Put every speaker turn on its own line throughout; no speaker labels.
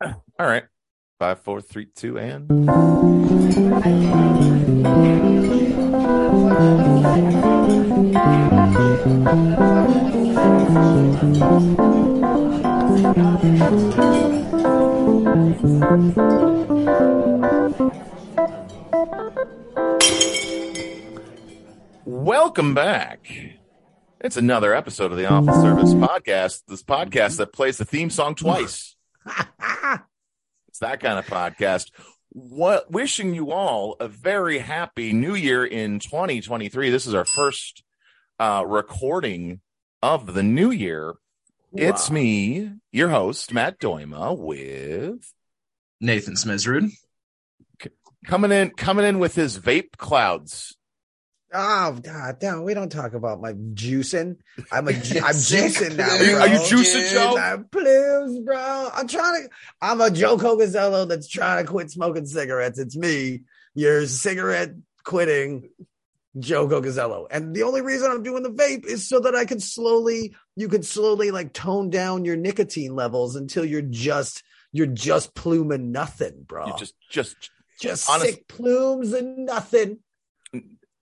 All right. Five, four, three, two, and.
Oh,
Welcome back. It's another episode of the Awful Service podcast. This podcast that plays the theme song twice. It's that kind of podcast. What wishing you all a very happy new year in 2023. This is our first uh recording of the new year. It's
Wow.
me, your host, Matt Doima, with
Nathan Smizrud.
coming in coming in with his vape clouds.
Oh God, no, we don't talk about my juicing. I'm a, ju- I'm
Sick.
juicing now.
Are you-
bro.
are you
juicing,
Dude,
Joe?
I'm blues, bro. I'm trying to. I'm a Joe Cogazello that's trying to quit smoking cigarettes. It's me, your cigarette quitting Joe Cogazello. And the only reason I'm doing the vape is so that I can slowly, you can slowly like tone down your nicotine levels until you're just, you're just pluming nothing, bro.
You
just,
just just honest-
sick plumes and nothing.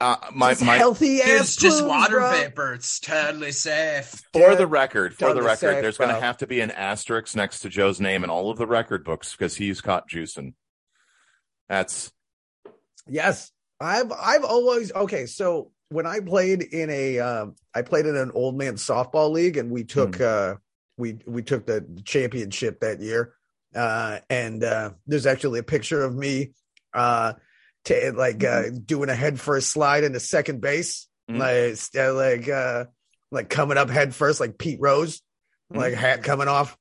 uh, my
Just
my
healthy ass
It's just
plumes,
water
bro.
vapor. It's totally safe.
for the
Dude,
record, for
done
the
the
record,
safe,
there's going to
bro.
have to be an asterisk next to Joe's name in all of the record books because he's caught juicing. That's
Yes, I've I've always okay. So when I played in a, um, I played in an old man softball league, and we took uh, we we took the championship that year. Uh, and uh, there's actually a picture of me, uh, ta like uh, doing a head first slide into second base,
Mhm.
like st- like uh, like coming up head first, like Pete Rose, like hat coming off,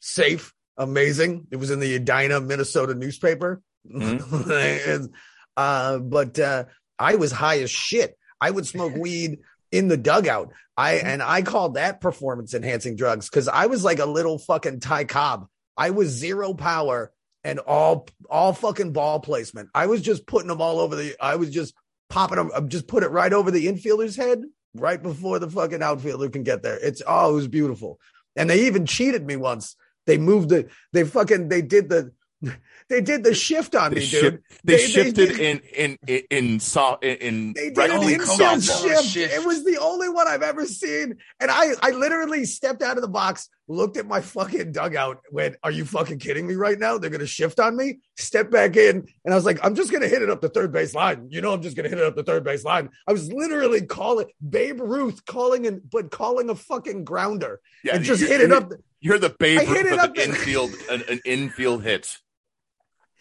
safe, amazing. It was in the Edina, Minnesota newspaper. And, uh, but uh, I was high as shit. I would smoke weed in the dugout. I and I called that performance enhancing drugs because I was like a little fucking Ty Cobb. I was zero power and all all fucking ball placement. I was just putting them all over the. I was just popping them. I'm just put it right over the infielder's head right before the fucking outfielder can get there. It's oh, it was beautiful. And they even cheated me once. They moved the. They fucking. They did the. They did the shift on
they,
me,
ship-
dude.
they,
They- they
shifted
did-
in in in in so, in,
They
in
did
regular
an
Holy
league
cow.
infield
softball.
shift.
Shift.
It was the only one I've ever seen. And I, I literally stepped out of the box, looked at my fucking dugout, went, Are you fucking kidding me right now? They're going to shift on me. Step back in. And I was like, I'm just going to hit it up the third base line. You know, I'm just going to hit it up the third base line. I was literally calling Babe Ruth, calling and but calling a fucking grounder
Yeah,
and just
you're-
hit it up.
You're the
I
Babe
hit
Ruth
it
of
up
an
the-
infield an, an infield hit.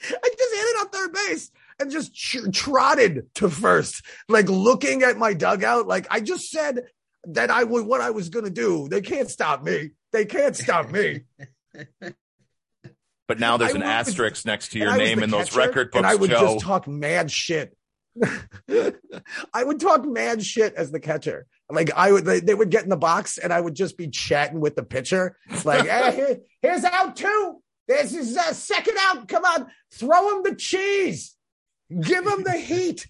I just hit it on third base and just tr- trotted to first, like looking at my dugout. Like I just said that I would what I was going to do. They can't stop me. They can't stop me.
But now there's
I
an
was-
asterisk next to
And
your
I was
name
the
in those
catcher,
record
And I
books,
would
Joe.
just talk mad shit. I would talk mad shit as the catcher. Like I would, they, they would get in the box, and I would just be chatting with the pitcher. Like, hey, here- here's out two. This is uh, second out. Come on, throw him the cheese. Give him the heat.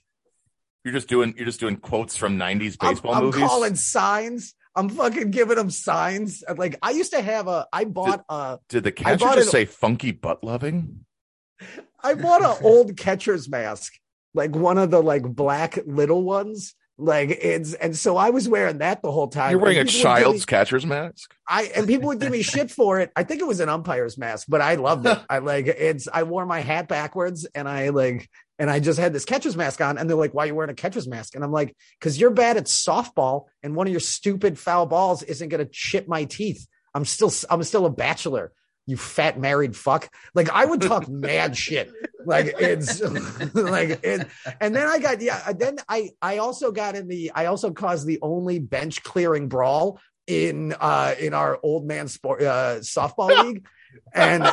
You're just doing you're just doing quotes from 90s
I'm-
baseball
I'm,
movies.
calling signs. I'm fucking giving them signs. And, Like I used to have a, I bought a,
Did the catcher
bought
just
an-
say funky butt loving?
I bought an old catcher's mask, like one of the like black little ones. Like it's, and so I was wearing that the whole time.
You're wearing a
And people would give
child's
me-
catcher's mask.
I and people would give me shit for it. I think it was an umpire's mask, but I loved it. I like it's. I wore my hat backwards, and I like, and I just had this catcher's mask on, and they're like, "Why are you wearing a catcher's mask?" And I'm like, "Cause you're bad at softball, and one of your stupid foul balls isn't gonna chip my teeth. I'm still, I'm still a bachelor." You fat married fuck. Like I would talk mad shit. Like it's like it and then I got yeah, then I I also got in the I also caused the only bench clearing brawl in uh in our old man sport uh softball league and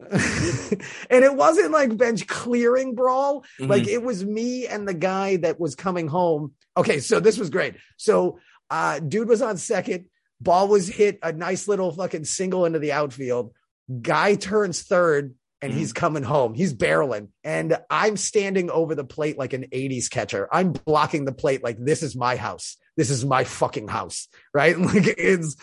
it, and it wasn't like bench clearing brawl like it was me and the guy that was coming home okay so this was great so uh dude was on second ball was hit a nice little fucking single into the outfield guy turns third and he's coming home he's barreling and i'm standing over the plate like an 80s catcher i'm blocking the plate like this is my house this is my fucking house right like it's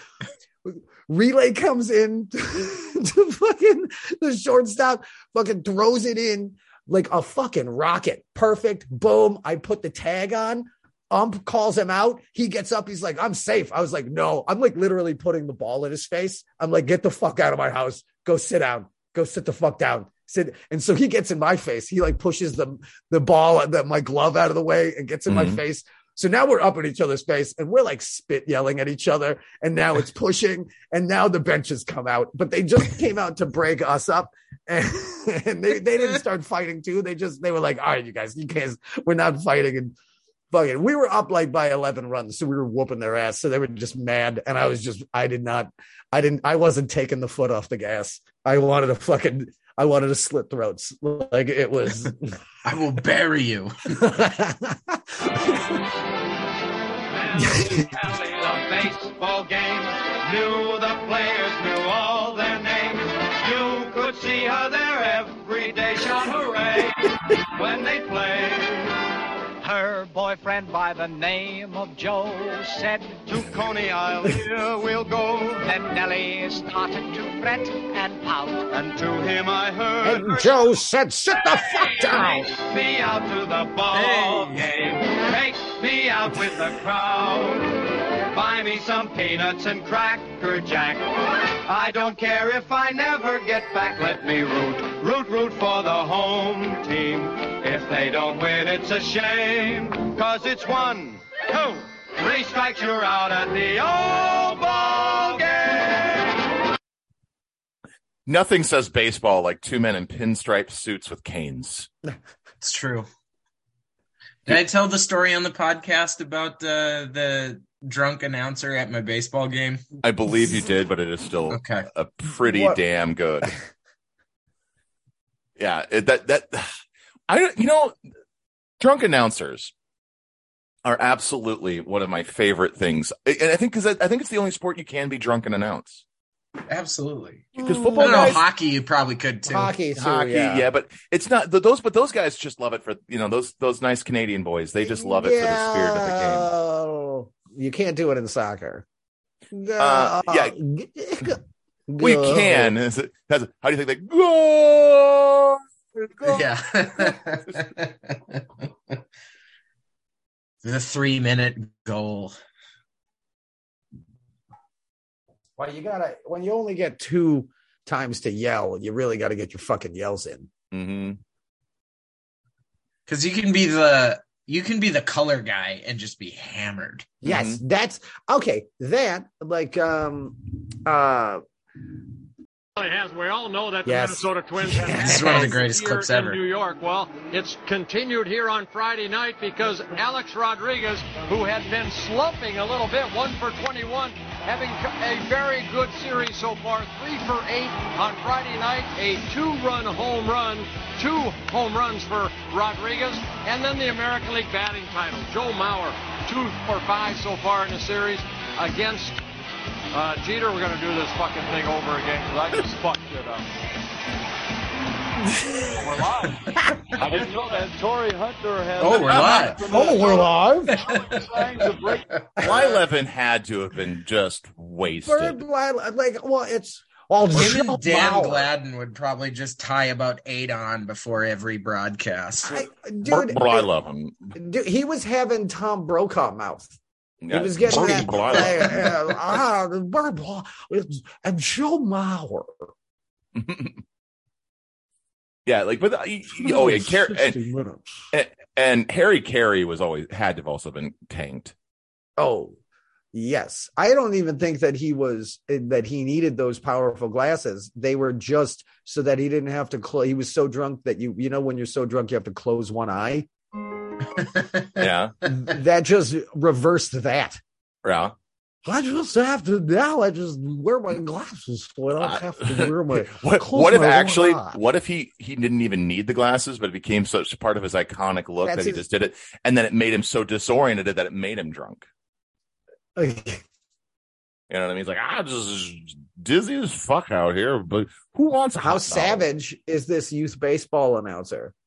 relay comes in to fucking the shortstop, fucking throws it in like a fucking rocket. Perfect. Boom. I put the tag on. Ump calls him out. He gets up. He's like, I'm safe. I was like, no, I'm like literally putting the ball in his face. I'm like, get the fuck out of my house. Go sit down. Go sit the fuck down. Sit. And so he gets in my face. He like pushes the the ball, the, my glove out of the way and gets in my
Mhm.
face. So now we're up in each other's face and we're like spit yelling at each other. And now it's pushing. And now the benches come out, but they just came out to break us up. And, and they, they didn't start fighting too. They just, they were like, all right, you guys, you guys, we're not fighting. And fucking, we were up like by 11 runs. So we were whooping their ass. So they were just mad. And I was just, I did not, I didn't, I wasn't taking the foot off the gas. I wanted to fucking, I wanted to slit throats. Like it was.
I will bury you.
alley, the baseball game. Knew the players, knew all their names. You could see her there every day, shout hooray when they played. Her boyfriend by the name of Joe said to Coney Isle, here we'll go. Then Nellie started to fret and pout, and to him I heard.
and Joe said, sit the fuck down.
Take me out to the ball game. Take me out with the crowd. Buy me some peanuts and cracker jack. I don't care if I never get back. Let me root, root, root for the home team. If they don't win, it's a shame. Cause it's one, two, three strikes, you're out at the old ball game.
Nothing says baseball like two men in pinstripe suits with canes.
It's true. Did I tell the story on the podcast about uh, the drunk announcer at my baseball game?
I believe you did, but it is still
Okay.
a pretty
What?
damn good. yeah, it, that that I don't- you know, drunk announcers are absolutely one of my favorite things, and I think because I, I think it's the only sport you can be drunk and announce
Absolutely.
because
I
football
don't know.
guys.
Hockey, you probably could too.
Mm. Hockey, too,
Hockey, yeah. but it's not th- those. But those guys just love it for you know those those nice Canadian boys. They just love it for the spirit of the game.
game. You can't do it in soccer.
Uh, yeah. We
Go.
can. Is it- that's- how do you think they go? go.
Yeah. the three minute goal.
Well, you gotta when you only get two times to yell, you really gotta get your fucking yells in.
hmm
Because you can be the you can be the color guy and just be hammered.
Yes, that's okay. That like um uh
Well, it has. We all know that
Yes.
the Minnesota Twins have
Yes. It's
had
one of the
that
greatest
year
clips
in
ever.
New York. Well, it's continued here on Friday night because Alex Rodriguez, who had been slumping a little bit, one for 21, having a very good series so far, three for eight on Friday night, a two-run home run, two home runs for Rodriguez, and then the American League batting title. Joe Mauer, two for five so far in the series against uh, Jeter, we're gonna do this fucking thing over again 'cause I just fucked it up. we're live. I didn't know that Tory Hunter has.
Oh, we're live.
oh we're live.
Signs of great-
Blylevin had to have been just wasted.
Bird Bly- like well it's well
Him
Joe
and Dan
Mauer.
Gladden would probably just tie about eight on before every broadcast.
I,
Bur-
dude,
Blylevin.
dude, he was having Tom Brokaw mouth.
Yeah.
He was getting
Bur-
that.
Blylevin.
uh, ah, blah, blah. And Joe Mauer.
yeah, like, but the, oh yeah, Car- and,
60 minutes.
and Harry Carey was always had to have also been tanked.
Oh, yes. I don't even think that he was eh, that he needed those powerful glasses. They were just so that he didn't have to close. He was so drunk that you you know when you're so drunk you have to close one eye.
Yeah,
that just reversed that.
yeah.
I just have to now. I just wear my glasses, so I don't have to wear my.
What,
close
what if
my one
actually?
eye.
What if he he didn't even need the glasses, but it became such a part of his iconic look
That's
that he
his-
just did it, and then it made him so disoriented that it made him drunk. You know what I mean? He's like, I'm just dizzy as fuck out here. But who wants a
How
hot dog?"
savage is this youth baseball announcer?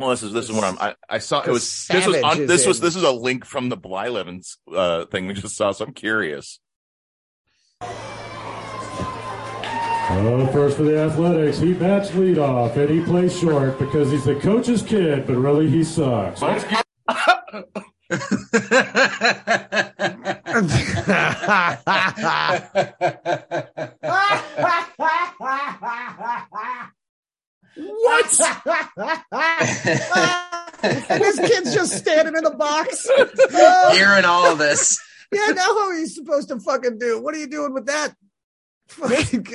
Well, this is this is what I'm. I, I saw it was
Because
this was
Savage
on,
is
this was
in-
this is a link from the Blylevin's uh, thing we just saw. So I'm curious.
Oh, first for the Athletics, he bats leadoff and he plays short because he's the coach's kid, but really he sucks.
What?
and this kid's just standing in the box.
Hearing all of this.
yeah, now what are you supposed to fucking do? What are you doing with that? Fucking g-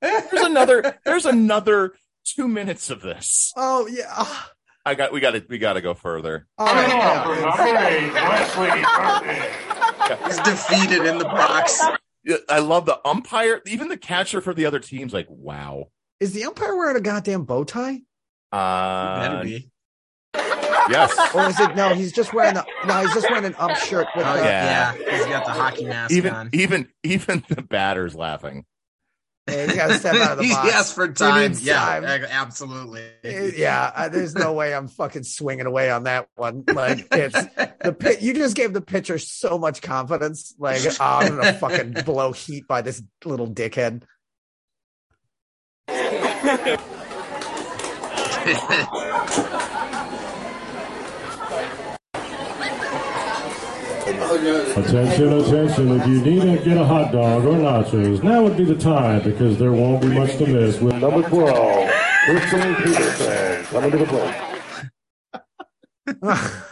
There's another. There's another two minutes of this.
oh yeah. Oh,
I got. We got to. We got to go further.
oh, yeah.
He's defeated in the box.
Yeah, I love the umpire, even the catcher for the other teams. Like, wow.
Is the umpire wearing a goddamn bow tie?
Better
Uh,
be.
yes.
Or is it no? He's just wearing the no. He's just wearing an ump shirt with
Oh
the,
Yeah.
yeah. he's got the hockey mask
Even
on.
even even the batter's laughing.
Yeah, you gotta step out of the
he
box.
asked for time.
needs
Yeah,
time.
a- absolutely.
It- yeah, I, there's no way I'm fucking swinging away on that one. Like it's the pit. You just gave the pitcher so much confidence. Like oh, I'm gonna fucking blow heat by this little dickhead.
Attention, attention, if you need to get a hot dog or nachos, now would be the time because there won't be much to miss with number 12, Christian Peterson, coming to the plate.
Ah!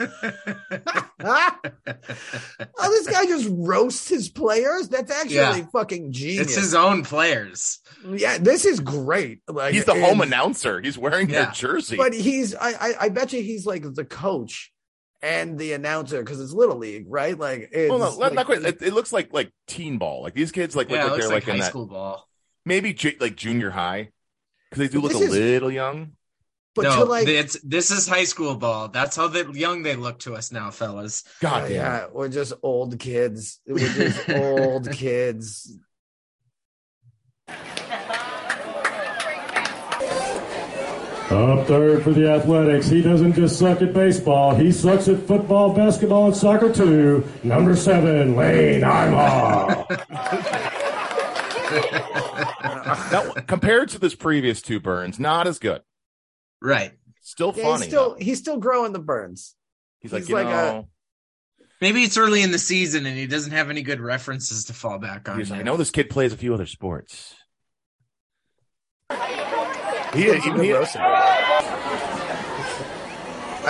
oh, this guy just roasts his players. That's actually
Yeah.
fucking genius.
it's his own players.
yeah, this is great. Like
He's the home
and-
announcer. He's wearing
Yeah.
their jersey.
But he's I, I I bet you he's like the coach and the announcer because it's little league, right? Like it's
Well, no, let-
like-
not quite. It, it looks like like teen ball. Like these kids, like look
yeah, it
like
looks
they're
like
like,
high
in that
school ball.
maybe ju- like junior high because they do look
This
a
is-
little young.
but
no,
to like
it's this is high school ball. That's how that young they look to us now, fellas.
God
Oh,
damn.
yeah, we're just old kids. We're just old kids.
Up third for the Athletics. He doesn't just suck at baseball, he sucks at football, basketball, and soccer too. Number seven, Lane Imaugh.
Now, compared to this previous two burns, not as good.
Right.
Still
Yeah,
funny.
he's still
though.
he's still growing the burns.
he's like
he's
you
like a-
know.
Maybe it's early in the season and he doesn't have any good references to fall back on.
he's like, I
there.
know this kid plays a few other sports. He, he,
Good
he-
roasting. I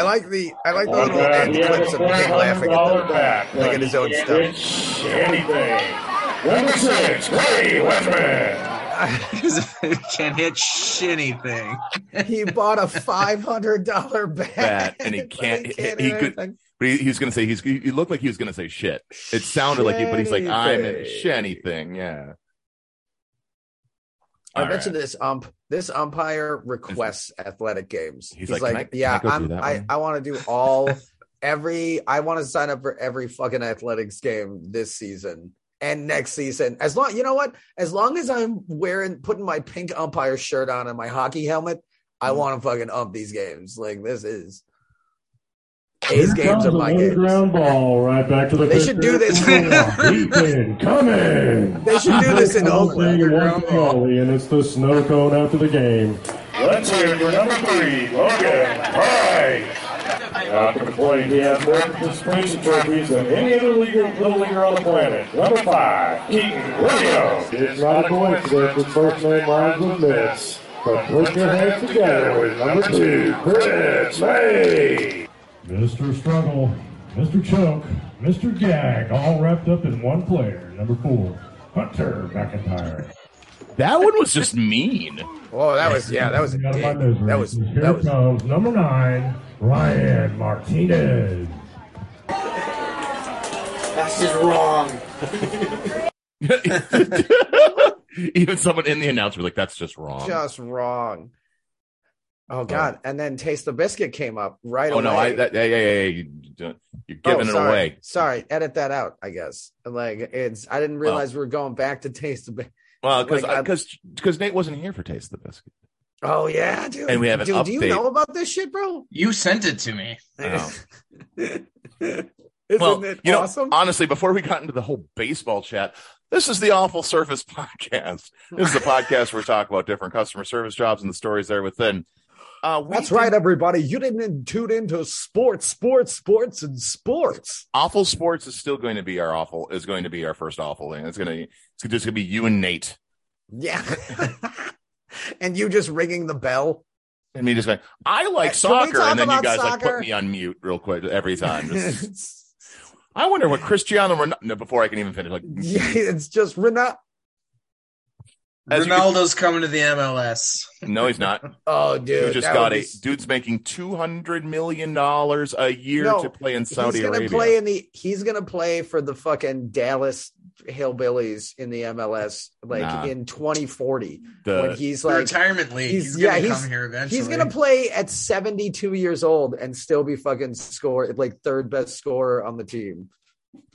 like the I like the little end clips of him laughing at the like at his own stuff.
Anything. Number six, Ray Westman.
can't hit sh- anything.
He bought a five hundred dollar bat,
Bat, and he can't-
but
he- he
do
could-
anything.
But he, he was going to say he's. He looked like he was going to say shit. It sounded like he, but he's like, I'm in
Shitty.
anything. Yeah.
I
All
bet you
right.
this ump this umpire requests athletic games.
He's like, "Can I- can I
yeah,
go do
I'm-
that
I,
one?"
I want to do all every. I want to sign up for every fucking athletics game this season and next season. As long you know what, as long as I'm wearing putting my pink umpire shirt on and my hockey helmet, I
Mm.
want to fucking ump these games. Like this is these games
Comes
are my
another
games.
ground ball right back to the
They should
pitcher.
do this.
Deacon coming.
They should do this in Oakland.
Thing, one penalty, and it's the snow cone after the game.
Let's hear it for number three, Logan Pride.
Not complaining. He has more participation trophies than any other leaguer, little leaguer on the planet. Number five, Keaton Williams. It's not a coincidence his first name rhymes with Mitch. But put your hands together with number two, Chris May. Mr. Struggle, Mr. Choke, Mr. Gag, all wrapped up in one player. Number four, Hunter McIntyre.
That one was just mean.
Oh, that was yeah, that was a
Got
dig.
my misery.
That was
Here
that was
comes number nine, Ryan Martinez.
Even someone in the announcer was like, that's just wrong.
just wrong. Oh God! And then Taste the Biscuit came up right
oh
away.
no, I that yeah, yeah, yeah, yeah, you don't- you're giving
Oh,
it
sorry.
away.
Sorry, edit that out. I guess like it's. I didn't realize we were going back to Taste the. Bi-
Well, because
Like, I-
because because Nate wasn't here for Taste of the Biscuit.
oh yeah, dude.
And we have an
dude, Do you
update. Oh.
know about this shit, bro?
You sent it to me.
I know.
Isn't
well,
it
you know,
awesome?
honestly, before we got into the whole baseball chat, This is the Awful Service Podcast. This is the podcast where we talk about different customer service jobs and the stories there within. Uh, we
That's
did
right, everybody. You didn't tune into sports, sports, sports, and sports.
Awful Sports is still going to be our awful, is going to be our first awful. And it's going to, it's just going to be you and Nate.
Yeah. and you just ringing the bell.
And me just going, I like
Can we
soccer.
talk
And then you
about
guys like
soccer?
put me on mute real quick every time. Just- I wonder what Cristiano Ronaldo, no, before I can even finish, like,
yeah, it's just Renat.
As you
Ronaldo's coming to the MLS.
no, he's not.
Oh, dude.
You just
that
got
would
it.
be-
Dude's making two hundred million dollars a year
No,
to play in Saudi
he's gonna
Arabia.
play in the. He's gonna play for the fucking Dallas Hillbillies in the MLS, like
Nah.
in 2040, when
The-
he's
The
like
retirement league.
he's-
He's, gonna
yeah,
come
he's-
here eventually.
He's gonna play at 72 years old and still be fucking score like third best scorer on the team.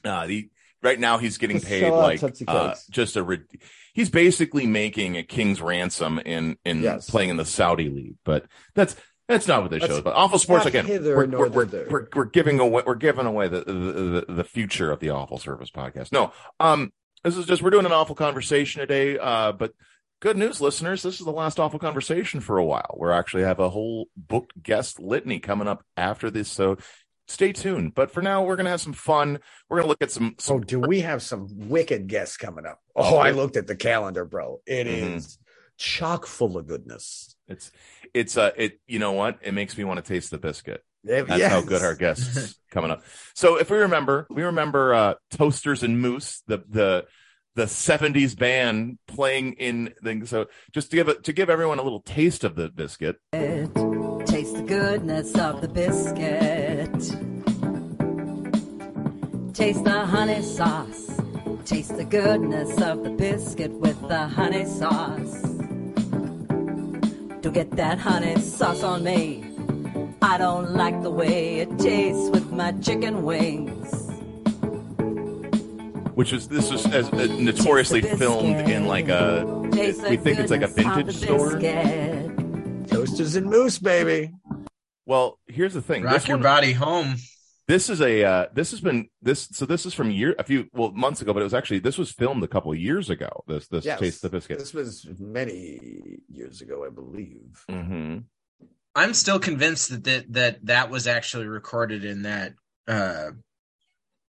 nah, he- right now he's getting
Just
paid
sell out
like
Tootsie
uh,
Cakes.
just a. rid he's basically making a king's ransom in in
Yes.
playing in the Saudi league, but that's. That's not what this
That's
show is about. Awful sports
not
again.
hither
We're,
nor
we're, we're,
thither.
we're- we're giving away we're giving away the, the, the the future of the awful service podcast. No, um, this is just we're doing an awful conversation today. Uh, but good news, listeners, this is the last awful conversation for a while. We're actually have a whole booked guest litany coming up after this, so stay tuned. But for now, we're gonna have some fun. We're gonna look at some, some
So Oh, do we have some wicked guests coming up? Oh, I looked at the calendar, bro. It is
Mhm.
chock full of goodness.
It's it's uh it you know what? It makes me want to taste the biscuit. That's how
Yes.
good our guests coming up. So if we remember, we remember uh Toasters and Moose, the the the 70s band playing in things. So just to give it to give everyone a little taste of the biscuit.
Taste the goodness of the biscuit. Taste the honey sauce. Taste the goodness of the biscuit with the honey sauce. Don't get that honey sauce on me. I don't like the way it tastes with my chicken wings.
Which is this was as, uh, notoriously
Taste the
filmed
biscuit.
in like a
Taste the
we think it's like a
goodness of
vintage
the
store.
biscuit.
Toasters and moose, baby.
Well, here's the thing.
Rock
This
your
one-
body home.
this is a uh, this has been this so this is from year a few well months ago but it was actually this was filmed a couple years ago this this
Yes.
taste the biscuit
This was many years ago, I believe.
hmm
I'm still convinced that that that, that was actually recorded in that uh,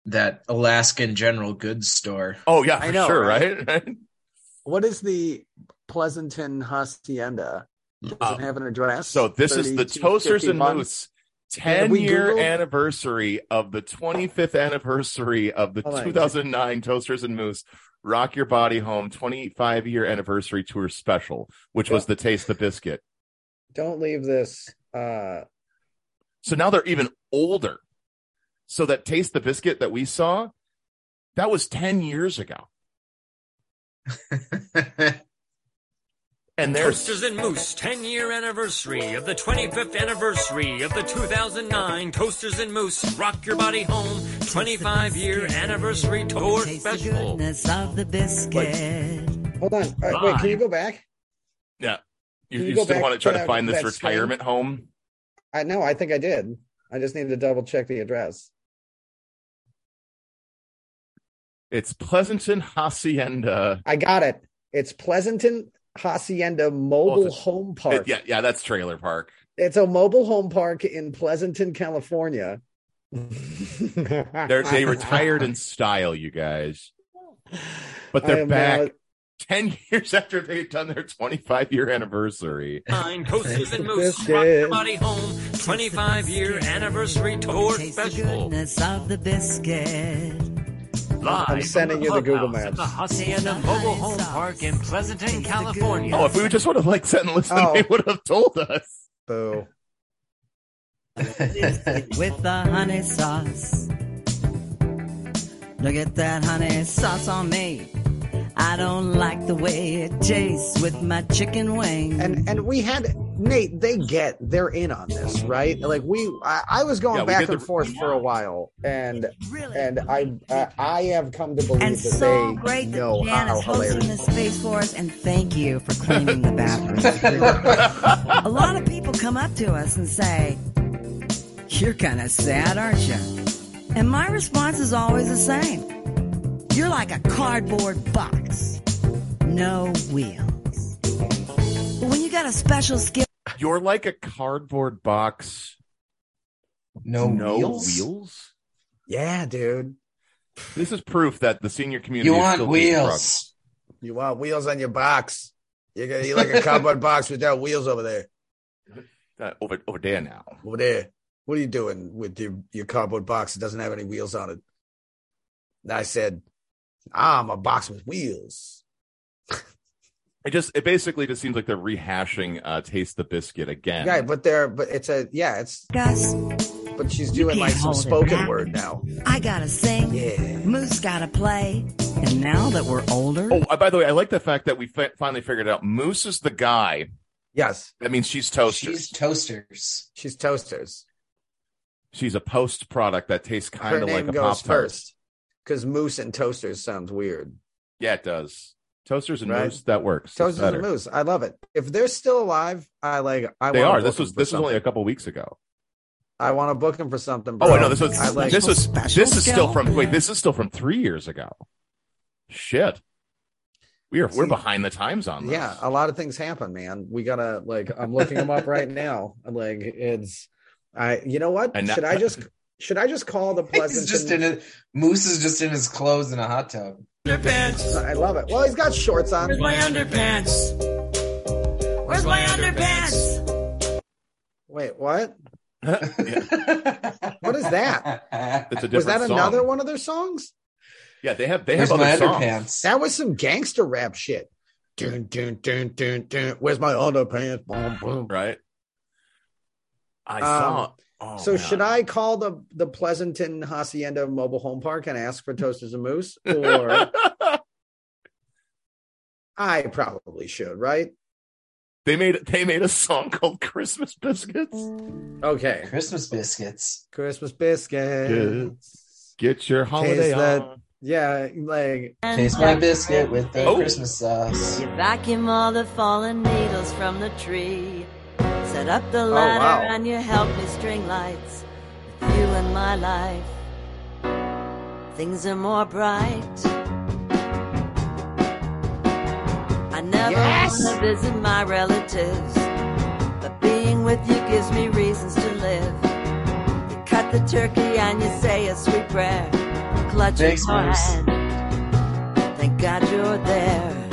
that Alaskan general goods store.
oh yeah
I
for
know,
sure
right?
right,
What is the Pleasanton Hacienda? Doesn't
Uh,
have an address.
so this is the
32,
toasters
50
and
months.
moose
Did
10
we
year
Google?
anniversary of the 25th anniversary of the
Oh, my
2009 toasters and moose rock your body home 25 year anniversary tour special which was the taste the biscuit
Don't leave this. Uh,
So now they're even older. So that Taste the Biscuit that we saw, that was 10 years ago. And there's
Toasters and Moose 10 year anniversary of the 25th anniversary of the 2009 Toasters and Moose Rock Your Body Home 25 year anniversary tour
Taste the
special.
goodness of the biscuit.
hold on. All right, wait, can you
Live.
go back?
you,
Can you
you
go
still
back
want to try
to
to find this
that screen?
retirement home?
I know. I think I did. I just needed to double check the address.
It's Pleasanton Hacienda.
I got it. It's Pleasanton Hacienda Mobile
Oh, it's a-
Home Park.
yeah, yeah, that's Trailer Park.
It's a mobile home park in Pleasanton, California.
They're,
They're,
they retired in style, you guys. But
I
they're
am now-
back 10 years after they'd done their 25 year anniversary.
Nine Toasters and
the
Moose Rock Your
biscuit.
Body Home 25 year anniversary tour
Taste the
special.
goodness of the biscuit.
Live
I'm sending
from
you the Google
clubhouse at
Maps.
the Hacienda Mobile Home Park in Pleasanton, California.
Oh, if we would just would have like sat and listened,
Oh.
they would have told us.
Boo.
with the honey sauce. Look at that honey sauce on me. I don't like the way it tastes with my chicken wing.
And and we had Nate. They get they're in on this, right? Like we, I, I was going
Yeah, we
back
did
and
the-
forth for a while, and and I uh, I have come to believe
And
that
so
they
great
know
that Jan
how
is hosting
hilarious.
this space for us, and thank you for cleaning the bathroom. a lot of people come up to us and say, "You're kind of sad, aren't you?" And my response is always the same:
You're like a cardboard box, no wheels. But when you got a special skill,
You're like a cardboard box.
No,
no
wheels.
wheels?
Yeah, dude.
This is proof that the senior community.
You
is
want
still being drugged.
wheels?
You want wheels on your box. You're gonna you're like a cardboard box without wheels over there.
Uh, over over there now.
Over there. What are you doing with your, your cardboard box that doesn't have any wheels on it? And I said, "Ah, I'm a box with wheels.
It just it basically just seems like they're rehashing uh, "Taste the Biscuit" again.
Right, but they're but it's a yeah, it's
Gus,
but she's doing
can't
like some
hold it
spoken
back.
word now.
I gotta sing.
Yeah.
Moose gotta play. And now that we're older,
oh, uh, by the way, I like the fact that we fi- finally figured out Moose is the guy.
Yes,
That means she's toaster.
She's
She's,
toasters.
she's toasters.
a post product that tastes
Her
kind of
name
like a pop
goes
tart.
first. Because moose and toasters sounds weird.
Yeah, it does. Toasters and
Right.
moose that works. It's
Toasters
better.
and moose. I love it. If they're still alive, I like I
They
wanna
are.
book
This
them
was
for
this was only a
something.
couple weeks ago.
I want to book them for something. Bro.
Oh, I know this was
I like
this was
Special
this is still
skill.
from wait this is still from three years ago. Shit, we are we're
See-
behind the times on this.
yeah a lot of things happen man we gotta like i'm looking them up right now I'm like it's i you know what
And that-
should i just should i just call the
He's
pleasant
just in a, Moose is just in his clothes in a hot tub.
Underpants.
i love it well he's got shorts on
Where's my underpants?
where's my underpants?
wait what
yeah,
What is that?
it's a different
was that
song.
another one of their songs
Yeah, they have they
Where's
have
my
other songs.
underpants?
that was some gangster rap shit dun, dun, dun, dun, dun. where's my underpants boom, boom.
right? I
Um,
saw. oh,
so
man.
should i call the the pleasanton hacienda mobile home park and ask for toasters and moose or i probably should right
they made they made a song called Christmas Biscuits.
okay
Christmas biscuits.
Christmas biscuits.
Get your holiday
Taste that-
on.
Yeah, like
Taste my biscuit with the
Oh.
Christmas sauce.
You vacuum all the fallen needles from the tree. Set up the ladder
wow.
and you help me string lights. With you in my life, things are more bright. I never
Yes!
want to visit my relatives, but being with you gives me reasons to live. You cut the turkey and you say a sweet prayer. Clutch
Thanks,
your
Bruce.
hand. Thank God you're there.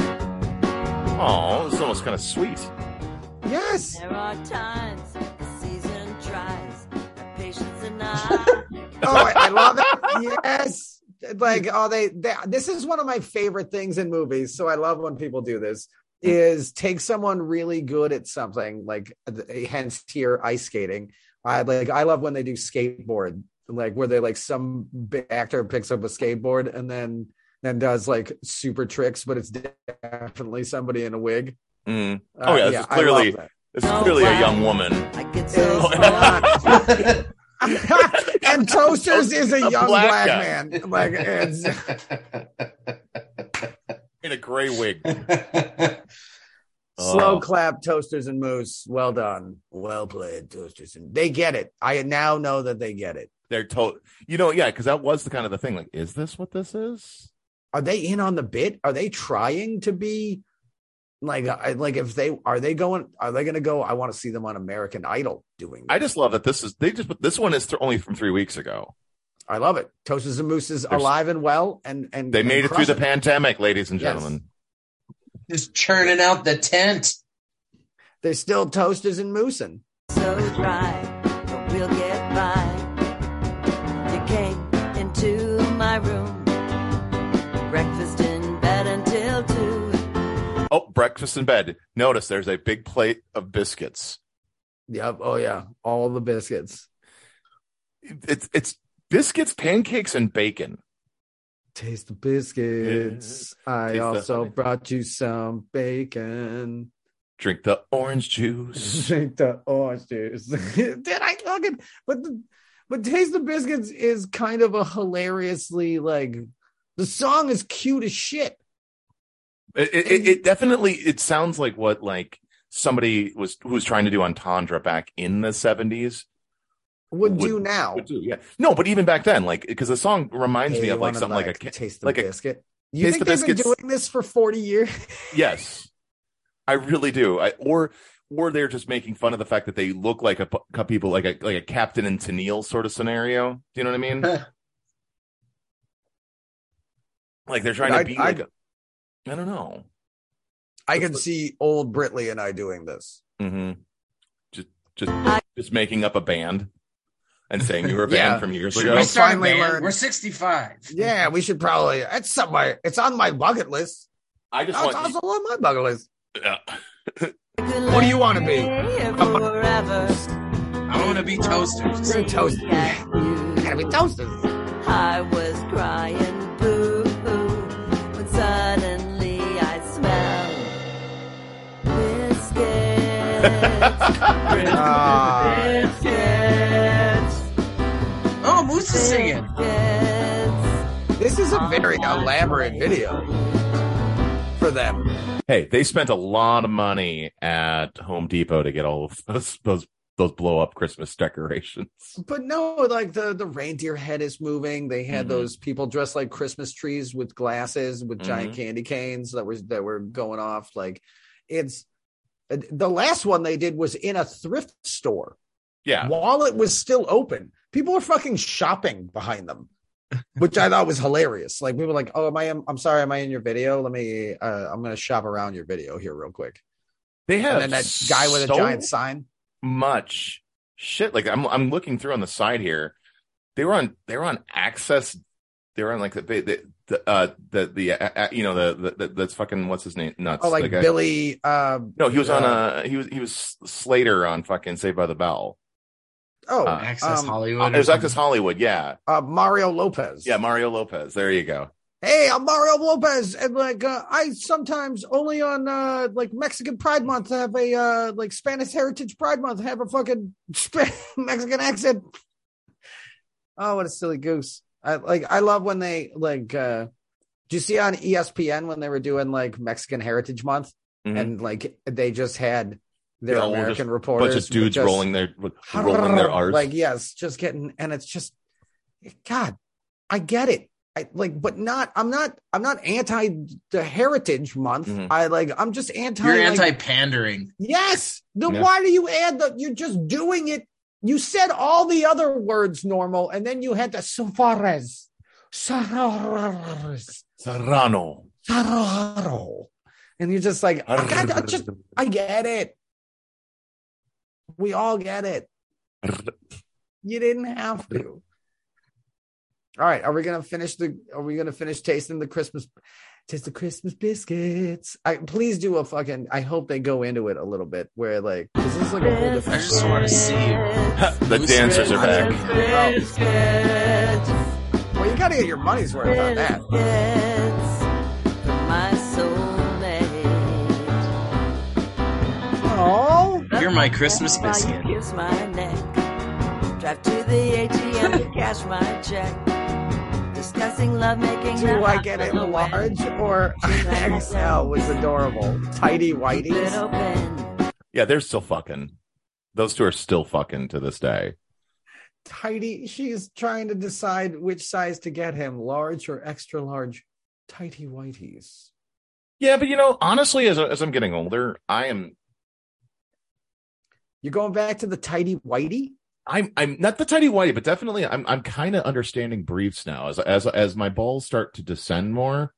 Oh, it's almost kind of sweet.
Uh, yes.
There are times the season tries my patience and I.
Oh, I, I love it. Yes. Like oh they, they this is one of my favorite things in movies. So I love when people do this is take someone really good at something like hence here ice skating. I like I love when they do skateboard like where they like some big actor picks up a skateboard and then then does like super tricks but it's definitely somebody in a wig.
Mm.
Uh,
Oh, yeah, this is
I love
clearly-
that.
This is clearly a young woman.
I get so
is
bored.
black. and Toasters is a young black,
black guy.
man. Like it's,
in a gray wig.
slow
Oh.
clap, Toasters and Moose. Well done, well played, Toasters and they get it. I now know that they get it.
They're told, you know, yeah, because that was the kind of the thing. Like, is this what this is?
Are they in on the bit? Are they trying to be like I- like if they are they going are they going to go? I want to see them on American Idol doing. That.
I just love that this is. They just put this one is th- only from three weeks ago.
I love it. Toasters and Moose is
There's-
alive and well, and and
They
and
made it through
crushing
the pandemic, ladies and
Yes.
gentlemen.
Just churning out the tent.
They're still Toasters and Moosin.
so dry, but we'll get by. You came into my room, breakfast in bed until two.
Oh, breakfast in bed. Notice there's a big plate of biscuits.
Yep. Oh yeah, all the biscuits.
It's it's biscuits, pancakes, and bacon.
Taste the biscuits. I
Taste the
also
honey.
brought you some bacon.
Drink the orange juice.
Drink the orange juice. Did I fucking? But the, but Taste the Biscuits is kind of a hilariously like the song is cute as shit.
It, it, it, it definitely it sounds like what like somebody was who was trying to do entendre back in the seventies,
would, do now.
would do, yeah. No, but even back then, like because the song reminds me
Hey,
of like
wanna,
something like, a
taste the
like a-
biscuit. You
Taste
think
the
they've been
Biscuits-
doing this for forty years?
yes, I really do. I or or they're just making fun of the fact that they look like a pu- cu- people like a like a Captain and Tennille sort of scenario. Do you know what I mean? like they're trying
I-
to be
I-
like. a- I don't know.
I could see old Britley and I doing this.
hmm Just just just making up a band and saying you were a band
Yeah.
from years
Like,
ago.
I
We started,
finally
man.
learned-
We're 65.
Yeah, we should probably. It's somewhere. It's on my bucket list.
I just
It's
want.
also on my bucket list.
Yeah.
What do you want to be?
Forever.
I want to be toasters.
Say toast.
Look at you.
Gotta be toasted.
I was crying boo when suddenly I smelled biscuits.
Ah.
biscuits.
Uh, Oh, Moose is singing.
Biscuits.
This is a very elaborate video for them.
Hey, they spent a lot of money at Home Depot to get all of those those, those blow up Christmas decorations.
But no, like the the reindeer head is moving. They had
Mhm.
those people dressed like Christmas trees with glasses with giant
Mm-hmm.
candy canes that was that were going off. Like it's uh, the last one they did was in a thrift store
Yeah,
while it was still open. People were fucking shopping behind them. Which I thought was hilarious. Like people were like, "Oh, am I? I'm sorry, am I in your video? Let me. Uh, I'm gonna shop around your video here real quick."
they have
And then that guy with a
so
giant sign.
much shit. Like I'm I'm looking through on the side here. They were on they were on access. They were on like the the the uh, the, the uh, uh, you know the, the, the that's fucking what's his name nuts.
Oh, like
the guy-
Billy. Uh,
No, he was on
uh,
a he was he was Slater on fucking Saved by the Bell.
oh,
Uh,
Access
um,
Hollywood.
It
or
was Access
something.
Hollywood. Yeah,
uh, Mario Lopez.
yeah. Mario Lopez. There you go.
hey, I'm Mario Lopez, and like uh, I sometimes only on uh, like Mexican Pride Month have a uh, like Spanish Heritage Pride Month have a fucking Sp- Mexican accent. Oh, what a silly goose! I like I love when they like. uh do you see on E ESPN when they were doing like Mexican Heritage Month
Mhm.
and like they just had their
Yeah, well, just
American
A
reporters
bunch of
with
dudes
just-
rolling their rolling their arse.
Oh, Like, yes, just getting, and it's just, God, I get it. I like, but not, I'm not, I'm not anti the heritage month.
Mhm.
I like, I'm just anti.
You're
like-
anti pandering.
Yes. Then
Yeah.
why do you add the, you're just doing it. You said all the other words normal, and then you had the Suarez. Suarez.
Serrano.
Tararo. And you're just like, I, got- I just, I get it. We all get it. You didn't have to. All right, are we gonna finish the? Are we gonna finish tasting the Christmas, taste the Christmas biscuits? I please do a fucking. I hope they go into it a little bit where like 'cause this is like a whole
I
different.
just want to see you.
the dancers are back.
Biscuits.
Well, you gotta get your money's worth on that.
Biscuits from my soulmate.
Oh,
You're my Christmas
While you
biscuit.
kiss my neck. Drive to the ATM to cash my check. Discussing lovemaking.
do I get it large or XL? Was adorable. Tidy whitey.
Little pen.
Yeah, they're still fucking. Those two are still fucking to this day.
tidy. She's trying to decide which size to get him, large or extra large. Tighty whiteys.
Yeah, but you know, honestly, as as I'm getting older, I am
You're going back to the tidy whitey?
I'm I'm not the tidy whitey, but definitely I'm I'm kind of understanding briefs now as as as my balls start to descend more.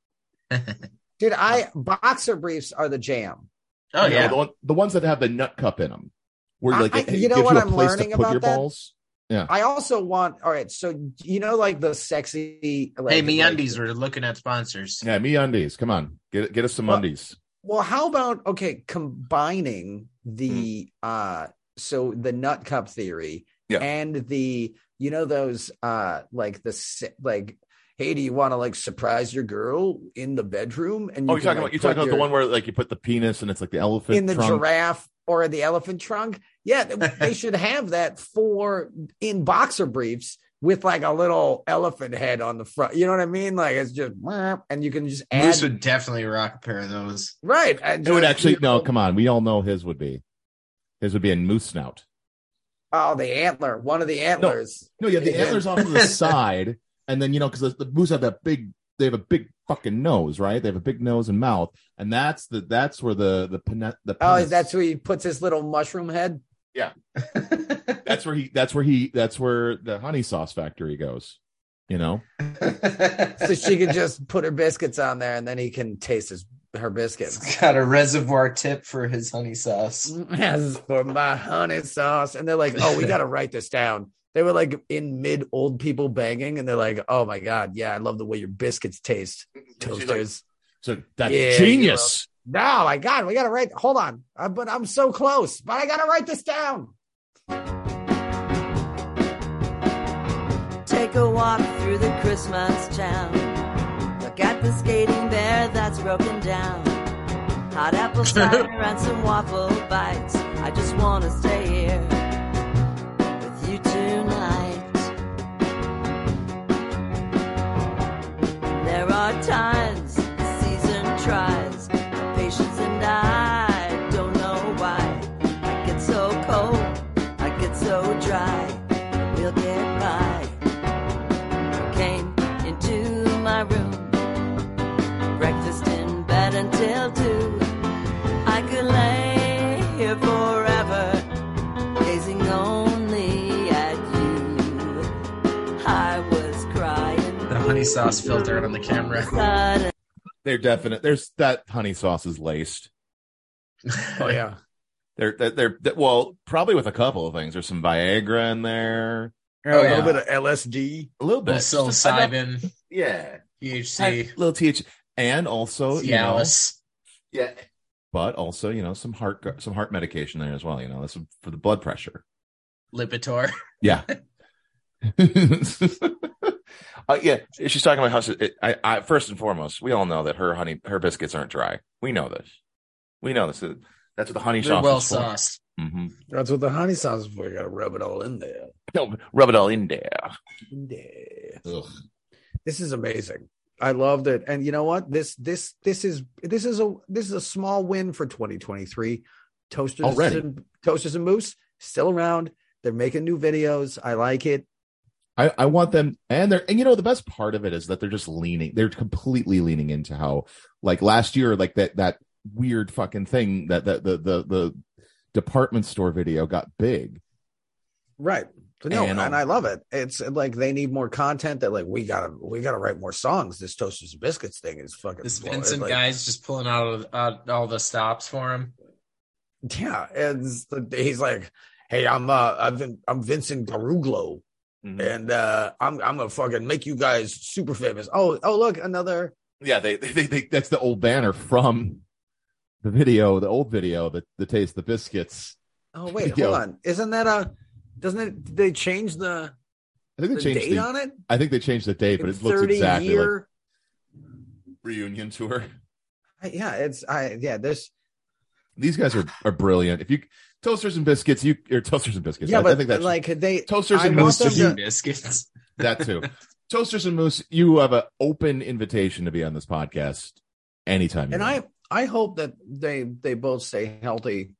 Dude, I boxer briefs are the jam.
Oh,
You know,
yeah.
the, one, the ones that have the nut cup in them, where like
I-
it,
I-
it
you know
gives
what
you a
I'm
place
learning
to put
about
your
that?
balls.
I also want all right, so you know like the sexy like,
Hey,
like-
me undies, we're looking at sponsors.
Yeah, me undies. Come on, get get us some
Well,
undies.
Well, how about okay, combining the uh so the nut cup theory
Hmm. Yeah.
and the you know those uh like the si- like hey do you want to like surprise your girl in the bedroom and
Oh, you're talking
can, like,
about you're
put
talking about the
your-
one where like you put the penis and it's like the elephant
in the
trunk.
giraffe or in the elephant trunk. Yeah, th- they should have that for in boxer briefs with like a little elephant head on the front. You know what I mean? Like it's just "Wah," and you can just add
Moose would definitely rock a pair of those.
right. and
It would
just,
actually
you
no.
know,
Come on, we all know his would be. His would be a moose snout.
Oh, the antler. One of the antlers.
No, you have the
Yeah.
antlers off to the side, and then you know because the, the moose have that big. They have a big fucking nose, right? They have a big nose and mouth, and that's the that's where the the penne- the
Oh,
penis-
that's where he puts his little mushroom head.
that's where he that's where he that's where the honey sauce factory goes. You know,
So she can just put her biscuits on there and then he can taste his her biscuits.
He's got a reservoir tip for his honey sauce.
As for my honey sauce. And they're like, oh, we got to write this down. They were like in mid old people banging and they're like, oh my God, yeah, I love the way your biscuits taste,
Mm-hmm.
toasters.
so that's
Yeah,
genius.
No, my God, we got to write. Hold on. Uh, but I'm so close, but I got to write this down.
Take a walk through the Christmas town. Look at the skating bear that's broken down. Hot apple cider and some waffle bites. I just wanna stay here with you tonight. There are times the season tries my patience, and I don't know why. I get so cold, I get so dry. We'll get by came into my room. Breakfast in bed until two. I could lay here forever, gazing only at you. I was crying.
The honey sauce filter on the camera.
Sudden-
They're definite. There's that honey sauce is laced.
Oh, yeah.
They're they're, they're that- well probably with a couple of things. There's some Viagra in there,
Oh,
a
yeah.
little bit of LSD.
a little bit,
Little
Just enough-
psilocybin,
Yeah.
THC,
little th, and also you know,
Cialis.
Yeah.
but also you know some heart some heart medication there as well. You know that's for the blood pressure.
Lipitor.
Yeah.
Uh, yeah. She's talking about how she, it, I, I, first and foremost, we all know that her honey, her biscuits aren't dry. We know this. We know this. That's what the honey
They're
sauce
well
is for.
sauced.
Mm-hmm.
hmm
That's what the honey sauce is for. You got to rub it all in there.
No, rub it all in there.
In there.
Ugh.
This is amazing. I loved it. And you know what? This this this is this is a this is a small win for 2023. Toasters
Already.
and Toasters and Moose still around. They're making new videos. I like it.
I, I want them and they're and you know the best part of it is that they're just leaning they're completely leaning into how like last year like that that weird fucking thing that that the the, the department store video got big
Right. So, no,
And, um,
and, I love it. It's like they need more content. That like we gotta we gotta write more songs. This Toasters and Biscuits thing is fucking.
This
blowing-
Vincent
like-
guy's just pulling out, of, out all the stops for him.
Yeah, and s- uh, he's like, "Hey, I'm uh, I've been, I'm Vincent Garuglo,
Mm-hmm.
Mhm.
and uh, I'm I'm gonna fucking make you guys super famous." Oh, oh, look, another.
yeah they they, they, that's the old banner from the video the old video the the taste the biscuits
Oh wait,
Yo.
hold on, isn't that a? Doesn't it? did They change the,
I think
the
they changed
date
the
on it.
I think they changed the date but it looks exactly like
year.
reunion tour
I- yeah, it's I yeah this
these guys are are brilliant if you toasters and biscuits you or toasters and biscuits
yeah,
I,
but
I think that's
like they
toasters
I
and
want
moose
them
just-
to-
biscuits.
that too. Toasters and Moose, you have an open invitation to be on this podcast anytime. you
and
want.
I I hope that they they both stay healthy,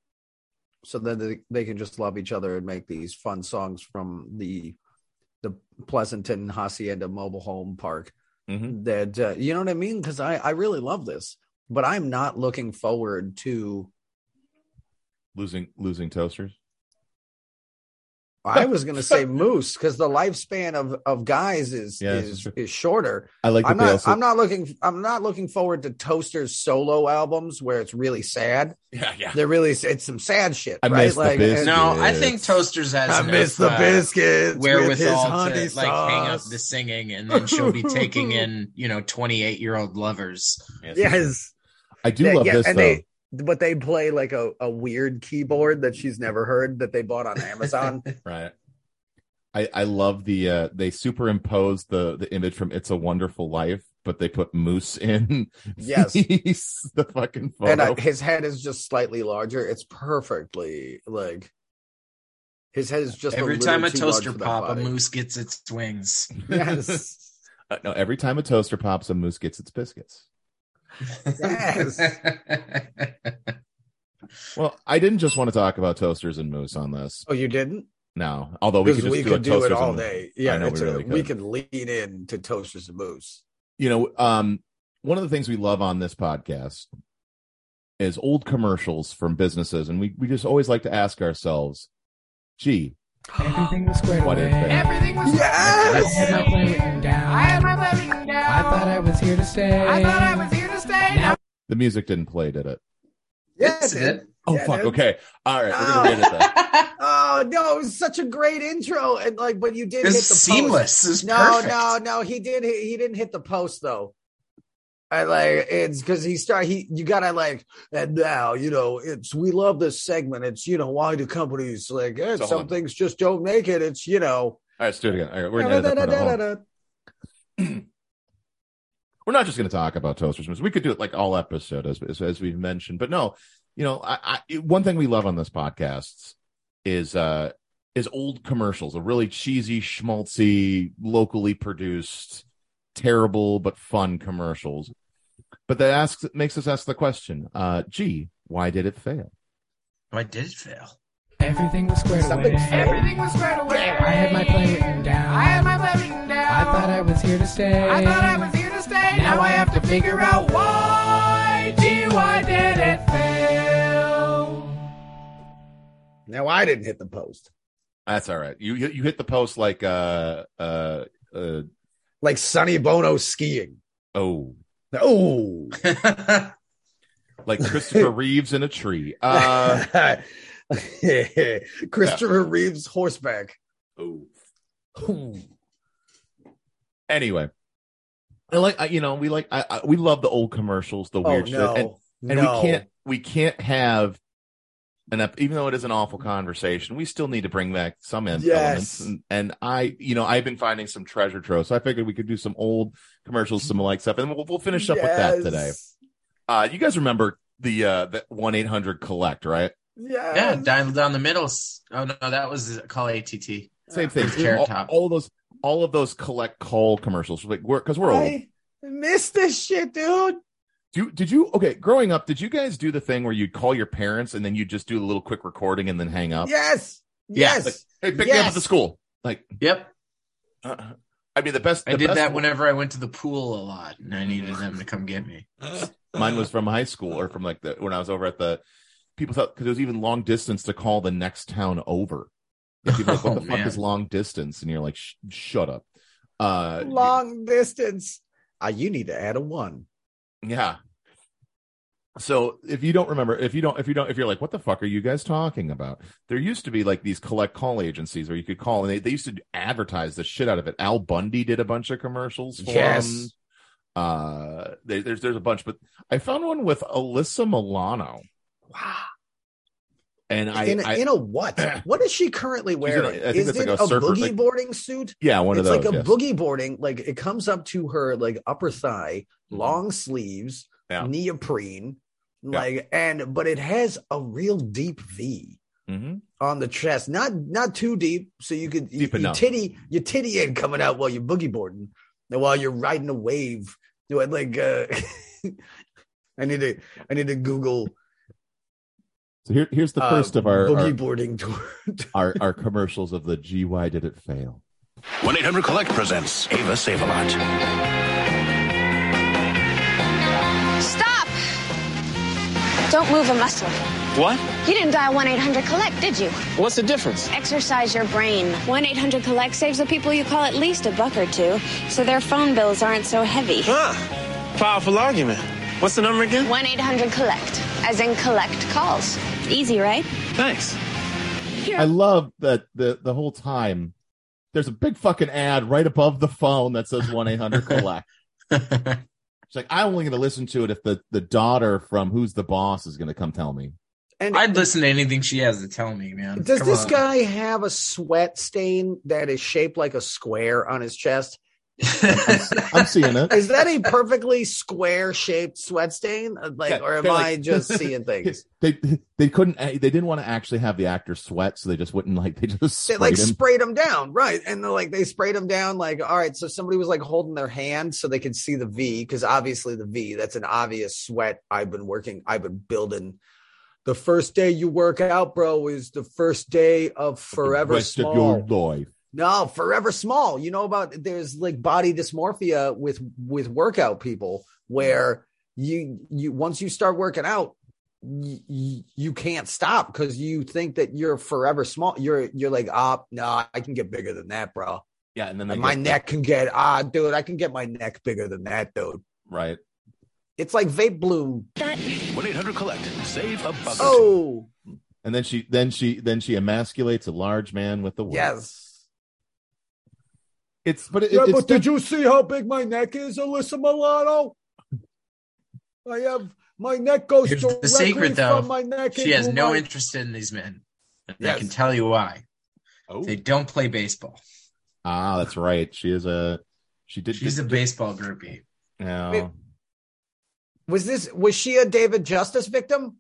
so that they, they can just love each other and make these fun songs from the the Pleasanton Hacienda Mobile Home Park.
Mhm.
That uh, you know what I mean? Because I I really love this, but I'm not looking forward to.
losing losing toasters.
I was gonna say moose because the lifespan of of guys is
Yeah, that's
is
true.
is shorter.
I like that
I'm
they
not
also.
I'm not looking I'm not looking forward to Toaster's solo albums where it's really sad.
Yeah. Yeah.
They're really it's some sad shit.
I
right?
miss the biz-
and-
No, I
Biscuits.
think Toasters has
I
enough,
miss the
uh,
biscuits with his
wherewithal
honey
to like hang up
sauce.
the singing, and then she'll be taking in you know twenty eight year old lovers.
Yes,
I do
Yeah,
love
yeah,
this though.
and they- but they play like a, a weird keyboard that she's never heard that they bought on Amazon.
right. I I love the uh they superimpose the the image from It's a Wonderful Life, but they put Moose in.
Yes.
He's the fucking photo.
and uh, his head is just slightly larger. It's perfectly like his head is just
Every
little
time a
too large
toaster
for that
pop, a
body.
moose gets its wings.
Yes,
Uh, no, every time a toaster pops, a moose gets its biscuits.
Yes.
Well, I didn't just want to talk about toasters and moose on this.
oh, you didn't?
No, although we
Because
could just
we
do,
could
a
do it
toasters
all
and-
day.
I
Yeah,
know
it's
we
a-
really
we
could.
can lean in to toasters and moose.
you know, um, one of the things we love on this podcast is old commercials from businesses, and we we just always like to ask ourselves, "Gee,
Everything was squared
What
away.
is that?
Everything was yes! I had my play written down. I had my play written down. I thought I was here to stay. I thought I was here to stay. Now
the music didn't play, did it?"
Yeah,
it did.
Oh
Yeah,
fuck!
dude.
Okay, all right,
Ah.
we're gonna edit that.
oh no, it was such a great intro, and like, but you did
It's
hit the
seamless.
Post.
It's
no,
perfect.
no, no. He did. He, he didn't hit the post though. I like it's because he start he you gotta like and now you know it's we love this segment it's you know why do companies like eh,
So hold
some
on.
things just don't make it it's you know
All right, let's do it again. All right, we're
Ah,
gonna edit that part out. Hold on. we're not just going to talk about toasters. We could do it like all episode as, as, as we've mentioned, but no, you know, I, I, one thing we love on this podcast is, uh, is old commercials, a really cheesy, schmaltzy, locally produced, terrible, but fun commercials. But that asks, makes us ask the question, uh, gee, why did it fail?
Why did it fail?
everything was squared
Something
away.
fair. Everything
was squared away. I had my play written down. I had my play written down. I thought I was here to stay. I thought I was here to stay. Now, I have to figure out why. Gee, why did it fail?
now I didn't hit the post
That's all right. You, you, you hit the post like, uh, uh, uh,
like Sonny Bono skiing
oh,
oh
like Christopher Reeves in a tree. Uh,
Christopher Reeves horseback
oh anyway i like I, you know we like I, I we love the old commercials the
Oh,
weird
no.
shit and, and
No.
we can't we can't have an ep- even though it is an awful conversation we still need to bring back some em- elements
Yes.
and, and i you know i've been finding some treasure trove so i figured we could do some old commercials some like stuff and we'll, we'll finish up with that today
Yes.
uh you guys remember the uh the 1-800 collect right
yeah
Yeah, dial down the middle. s- Oh no, that was call ATT.
same thing
With Carrot
all,
Top.
all those all of those collect call commercials like we're because we're old
I missed this shit dude
Do did you okay? Growing up, did you guys do the thing where you'd call your parents and then you'd just do a little quick recording and then hang up?
yes
Yeah,
yes
Oh. like, hey, pick me up at
Yes.
the school. Like,
Yep,
uh, I mean, the best.
I
the
did
best
that whenever I went to the pool a lot, and I needed them to come get me.
Mine was from high school or from like the when I was over at the people thought because it was even long distance to call the next town over. And people were like, what
Oh,
the fuck is
man.
long distance? And you're like, Sh- shut up. Uh,
long distance. Uh, you need to add a one.
Yeah. So if you don't remember, if you don't, if you don't, if you're like, what the fuck are you guys talking about? There used to be like these collect call agencies where you could call and they, they used to advertise the shit out of it. Al Bundy did a bunch of commercials for 'em.
Yes.
Uh, there- there's, there's a bunch, but I found one with Alyssa Milano
Wow.
and I,
in, a,
I-
in a what? What is she currently
in a-
wearing?
I think
is
that's
it
like a
a,
surfer,
boogie
like-
boarding suit?
yeah, one of
it's
those.
like a
yes.
boogie boarding. Like it comes up to her like upper thigh, long sleeves,
Mm-hmm. Yeah.
neoprene, like and but it has a real deep V
Mhm.
on the chest. Not not too deep, so you could
Deep
your
enough.
titty your titty ain't coming out while you're boogie boarding and while you're riding a wave. You know, like uh, I need to I need to Google
So here, here's the
uh,
first of our,
boogie
our,
boarding tour.
our, our commercials of the GY did it fail?
1 800 Collect presents Ava Save a Lot.
Stop! Don't move a muscle.
What?
You didn't dial 1 800 Collect, did you?
What's the difference?
Exercise your brain. 1 800 Collect saves the people you call at least a buck or two, so their phone bills aren't so heavy.
Huh. Powerful argument. What's the number again?
1 800 Collect, as in collect calls. Easy, right?
Thanks.
I love that the the whole time there's a big fucking ad right above the phone that says one eight hundred collect. It's like I'm only going to listen to it if the the daughter from Who's the Boss is going to come tell me.
I'd listen to anything she has to tell me, man.
Does
Come
this
on.
guy have a sweat stain that is shaped like a square on his chest?
I'm seeing it.
Is that a perfectly square shaped sweat stain? Uh, Like,
Yeah,
or am
they're
I
like-
just seeing things?
They they couldn't eh, they didn't want to actually have the actor sweat, so they just wouldn't like they just
They
sprayed
like
him.
sprayed him down, right? And they're like they sprayed him down, like all right. So somebody was like holding their hand so they could see the V, because obviously the V. That's an obvious sweat. I've been working. I've been building The first day you work out, bro, is the first day of forever
Rest
small.
of your life.
No, forever small. You know about there's like body dysmorphia with with workout people where you you once you start working out you, you can't stop because you think that you're forever small. You're you're like ah no, I can get bigger than that, bro.
Yeah, and then they
And my
get-
neck can get ah dude, I can get my neck bigger than that, dude.
Right.
It's like vape bloom.
1 800 Collect. Save a bucket.
Oh
And then she then she then she emasculates a large man with the word.
yes.
It's but it,
yeah,
it's
but did you see how big my neck is, Alyssa Milano? I have my neck goes
Here's
directly
the secret, though.
from my neck.
She has
into
no
my-
interest in these men. And I can
Yes. Oh.
tell you why. They don't play baseball.
Ah, that's right. She is a she did
She's a baseball groupie.
no.
Wait. Was this was she a David Justice victim?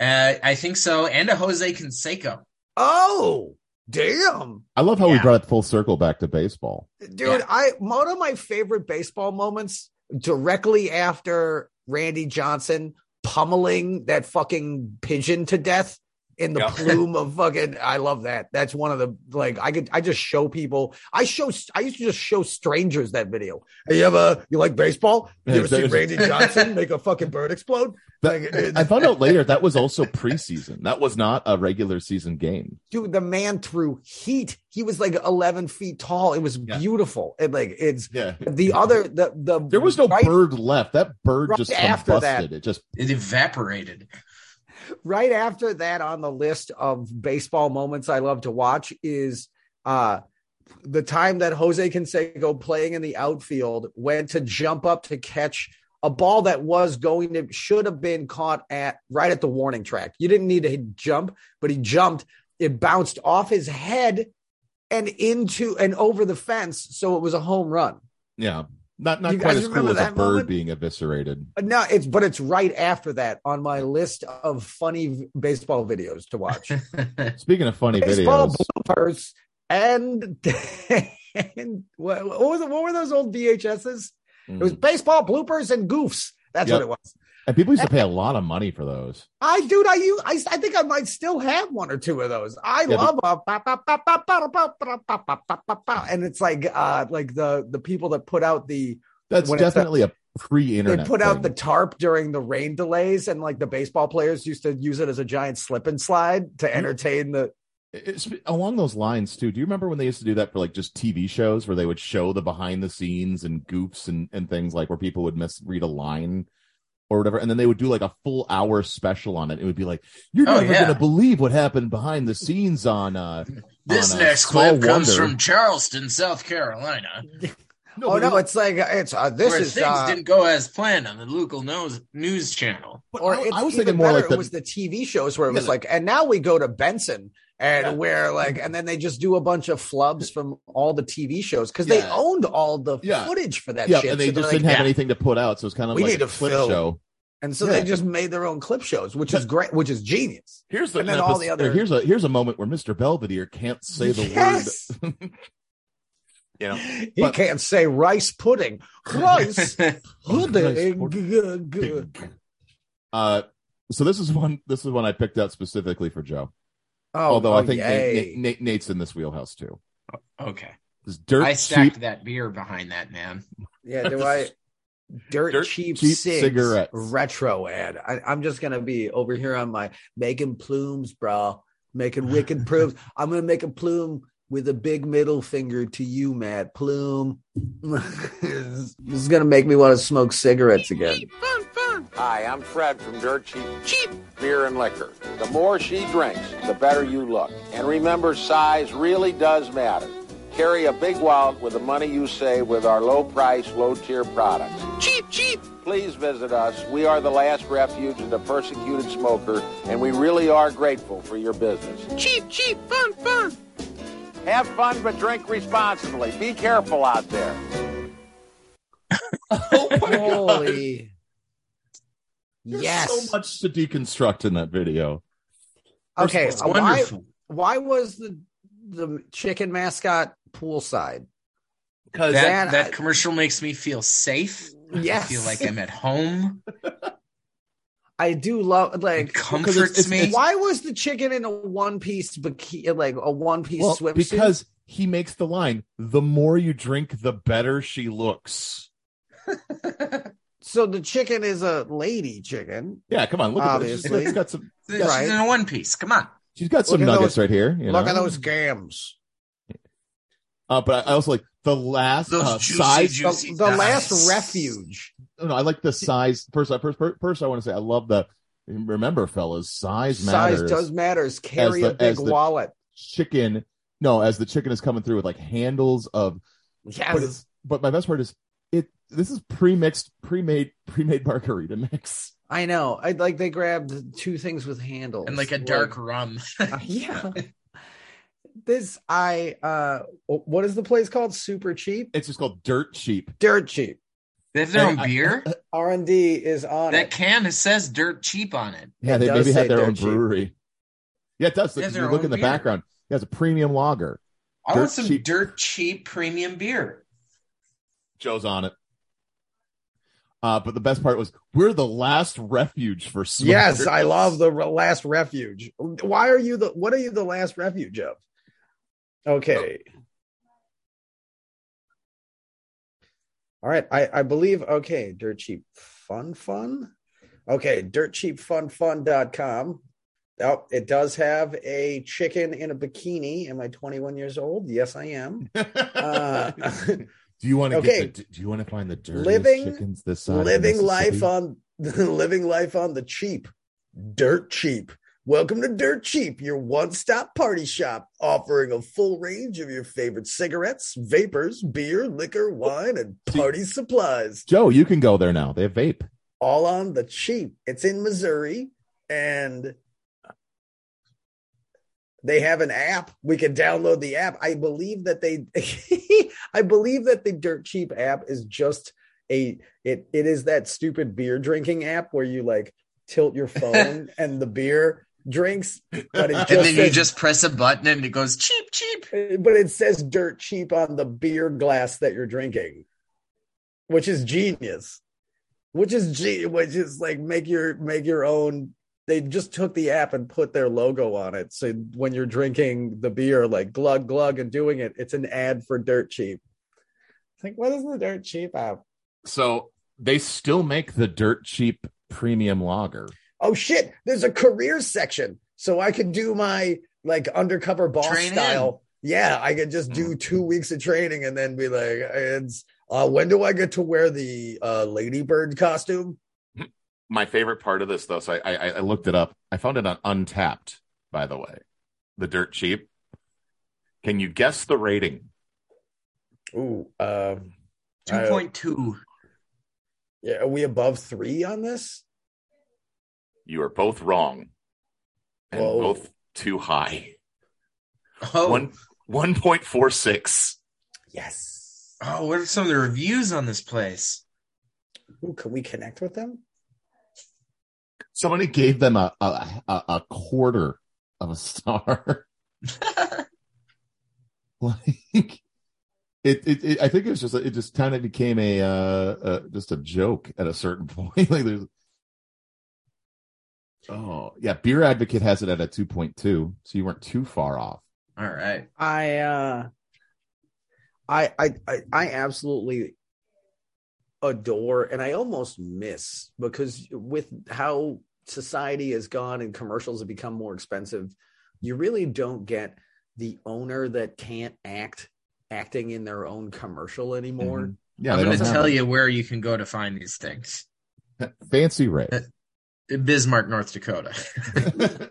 Uh, I think so. And a Jose Canseco.
Oh, damn,
I love how we brought it full circle back to baseball.
dude! I one of my favorite baseball moments directly after Randy Johnson pummeling that fucking pigeon to death in the
Yeah.
plume of fucking. I love that. That's one of the like I could I just show people. I show I used to just show strangers that video. Hey, you ever you like baseball? You
Yeah,
ever see
there's-
Randy Johnson make a fucking bird explode? Like, it-
I found out later that was also preseason. That was not a regular season game.
dude the man threw heat he was like 11 feet tall it was beautiful it like it's
yeah
the other the the
There was no bird left. That bird
Right
just
after
combusted.
that.
It just
It evaporated.
right after that on the list of baseball moments i love to watch is uh the time that jose canseco playing in the outfield went to jump up to catch a ball that was going to should have been caught at right at the warning track you didn't need to jump but he jumped it bounced off his head and into and over the fence so it was a home run
yeah, not not
You
quite
guys
as cool
remember
as a
that
bird
moment?
being eviscerated.
No, it's but it's right after that on my list of funny v- baseball videos to watch.
Speaking of funny
baseball
videos,
bloopers and and what, what was it- what were those old VHSs? It was baseball bloopers and goofs. That's
Hmm. Yep.
what it was.
and people used to pay a lot of money for those.
I dude, I you I, I think I might still have one or two of those. I
Yeah,
love a ba- ba- ba- ba- ba- ba- ba- ba- ba- ba- ba- ba- and it's like uh like the the people that put out the
That's
when it's a-
definitely a, pre-internet.
they put out
thing.
the tarp during the rain delays, and like the baseball players used to use it as a giant slip and slide
Hmm.
to entertain the.
It's along those lines too. Do you remember when they used to do that for like just TV shows where they would show the behind the scenes and goofs and, and things like where people would misread a line or whatever, and then they would do like a full hour special on it. It would be like, "You're
Oh,
never
yeah.
gonna believe what happened behind the scenes on uh."
This
on, uh,
next
Small
clip comes
Wonder."
from Charleston, South Carolina.
oh no, it's like it's uh, this
where
is
things
uh,
didn't go as planned on the local news news channel.
or it's
I was
even
thinking more
better,
like the-
it was the TV shows where it
Yeah,
was
the-
like, and now we go to Benson and where like, and then they just do a bunch of flubs from all the TV shows because they
Yeah.
owned all the
Yeah.
footage for that
yeah,
shit.
and they
So they're
just
like,
didn't have
"Yeah."
anything to put out, so it's kind of
We
like
need
a
to
clip
fill.
show.
And so
Yeah.
they just made their own clip shows, which is great, which is genius.
Here's
and then all the other
Here's a here's a moment where Mr. Belvedere can't say the word.
Yes!
You know,
He can't say rice pudding. Rice pudding.
Uh, so this is one. This is one I picked out specifically for Joe.
Oh,
Although
oh,
I think Nate,
yay.
Nate- Nate- Nate's in this wheelhouse too.
Okay.
This dirt
I stacked
cheap
that beer behind that man.
Yeah, do I? Dirt, cheap,
cheap
cigs
cigarettes.
retro ad. I, I'm just gonna be over here on my making plumes, bro. Making wicked plumes. I'm gonna make a plume with a big middle finger to you, Matt. Plume. this is gonna make me want to smoke cigarettes again.
Hi, I'm Fred from Dirt Cheap Cheap Beer and Liquor. The more she drinks, the better you look. And remember, size really does matter. Carry a big wallet with the money you save with our low price, low tier products. Cheap, cheap! Please visit us. We are the last refuge of the persecuted smoker, and we really are grateful for your business. Cheap, cheap, fun, fun! Have fun, but drink responsibly. Be careful out there.
Holy.
There's
Yes.
so much to deconstruct in that video.
Okay,
It's
uh, why,
wonderful.
why was the the chicken mascot poolside?
That,
that,
that, commercial makes me feel safe. I
Yes.
feel like I'm at home.
I do love like
comforts Because it's- it's- me. it's-
Why was the chicken in a one piece bikini, like a one piece
Well,
swimsuit?
because he makes the line: "The more you drink, the better she looks."
so the chicken is a lady chicken.
Yeah, come on, look at this. She's-
Obviously,
she's got some-
She's in a one piece. Come on.
She's got some
Look at
nuggets
those-
right here. you
Look
know?
at those gams.
Uh, but I I also like the last
Those
uh,
juicy,
size.
juicy The- the nuts. last refuge.
No, no, I like the size. First, I first, first, first I want to say I love the. Remember, fellas, size matters.
Size does matters. Carry
the-
a big
as the-
wallet.
Chicken. No, as the chicken is coming through with like handles of. But, it's- but my best part is it. This is pre-mixed, pre-made, pre-made margarita mix.
I know. I like they grabbed two things with handles Uh,
And like a dark rum.
yeah. This I uh what is the place called? Super cheap.
It's just called dirt cheap.
Dirt cheap.
They have their own beer.
R and D is on
That
it.
can says dirt cheap on it.
Yeah, they maybe had their own brewery. Yeah, it does.
They have
Look,
their
you look
own
in the
beer.
background. It has a premium lager.
I
Dirt
want some
cheap.
dirt cheap premium beer.
Joe's on it. Uh, but the best part was we're the last refuge for smokers.
Yes, I love the re- last refuge. Why are you the what are you the last refuge of? Okay. All right, I I believe okay, dirt cheap fun fun. Okay, dirtcheapfunfun.com. Oh, it does have a chicken in a bikini. Am I 21 years old? Yes, I am. Uh,
Do you want to
Okay.
get? The, do you want to find the dirtiest
Living-
chickens this side? of
living life
Mississippi?
on living life on the cheap dirt cheap welcome to dirt cheap your one-stop party shop offering a full range of your favorite cigarettes vapors beer liquor wine and party supplies
Joe, you can go there now. They have vape.
all on the cheap it's in missouri and they have an app we can download the app i believe that they i believe that the dirt cheap app is just a it it is that stupid beer drinking app where you like tilt your phone and the beer drinks but it
and
just,
then you
says-
just press a button and it goes cheap, cheap.
but it says dirt cheap on the beer glass that you're drinking which is genius which is ge- which is like make your make your own they just took the app and put their logo on it so when you're drinking the beer like glug glug and doing it it's an ad for dirt cheap it's like what is the dirt cheap app
So they still make the dirt cheap premium lager.
oh shit there's a career section so i could do my like undercover boss
Train in. Mm.
style yeah i could just do two weeks of training and then be like it's uh, when do i get to wear the uh, ladybird costume
My favorite part of this, though, so I, I, I looked it up. I found it on Untapped, by the way. The Dirt Cheap. Can you guess the rating?
Ooh, um,
Two point two.
Yeah, are we above three on this?
You are both wrong, and
Whoa.
both too high.
Oh.
One one point four six.
Yes.
Oh, what are some of the reviews on this place?
Ooh, can we connect with them?
Somebody gave them a a, a, a quarter of a star. like it, it, it, I think it was just it just kind of became a uh, uh just a joke at a certain point. like there's oh yeah, Beer Advocate has it at a two point two, so you weren't too far off.
All right.
I uh I I I, I absolutely adore and I almost miss because with how society has gone and commercials have become more expensive, you really don't get the owner that can't act acting in their own commercial anymore.
Yeah,
I'm
they
going to
don't have
tell
it.
you where you can go to find these things.
Fancy Ray.
Bismarck, North Dakota.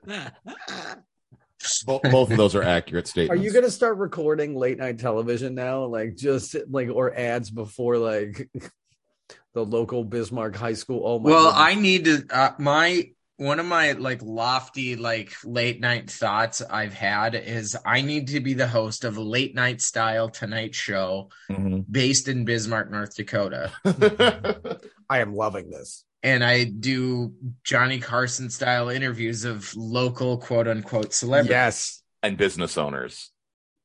Bo- both of those are accurate
Are
statements.
you going to start recording late night television now? Like just like or ads before like the local Bismarck High School. Oh my
well,
goodness.
I need to. Uh, my one of my like lofty like late night thoughts I've had is I need to be the host of a late night style tonight show
Mhm.
based in Bismarck, North Dakota,
I am loving this.
and I do Johnny Carson style interviews of local quote unquote celebrities.
Yes.
and business owners.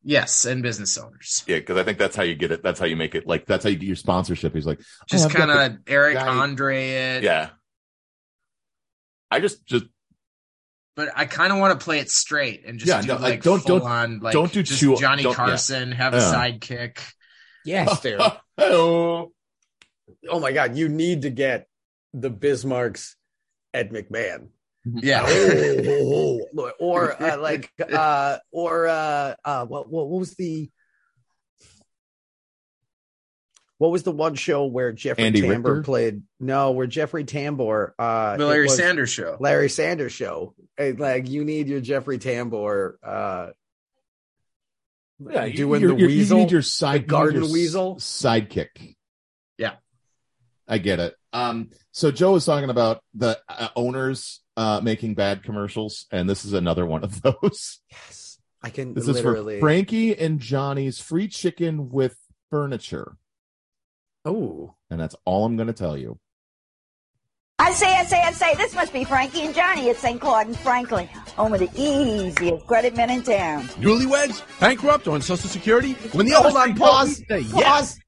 Yes, and business owners.
Yeah, because I think that's how you get it. That's how you make it. Like
That's how you do your
"Oh,
sponsorship. He's like,
Just
I've got
kind
the-
of Eric Andre it.
yeah.
I just just
But I kind of want to play it straight and just
Yeah,
do
no, like,
like
don't-
full
don't-
on like
don't do
just
chew-
Johnny
don't- yeah.
Carson have a
Yeah.
sidekick.
Yes, dude.
Hello.
Oh my God, you need to get the Bismarcks at McMahon.
Mm-hmm.
Oh,
Yeah.
or uh, like uh or uh uh what what, what was the what was the one show where Jeffrey
Andy
Tambor
Richter?
played? No, where Jeffrey Tambor, uh,
The
it
Larry
was
Sanders Show.
Larry Sanders show. And, like you need your Jeffrey Tambor, uh,
Yeah, you-
doing
you're-
the
you're-
weasel,
You need your side
the garden
you need your
weasel.
s- sidekick.
Yeah.
I get it. Um, so Joe was talking about the uh, owners uh, making bad commercials, and this is another one of those.
Yes, I can
This
literally.
is for Frankie and Johnny's free chicken with furniture,
Oh,
and that's all I'm going to tell you.
I say, I say, I say, this must be Frankie and Johnny at St. Claude and Franklin, home of the easiest credit men in town.
Newlyweds? Bankrupt? On Social Security? When the
Hold on, pause, pause.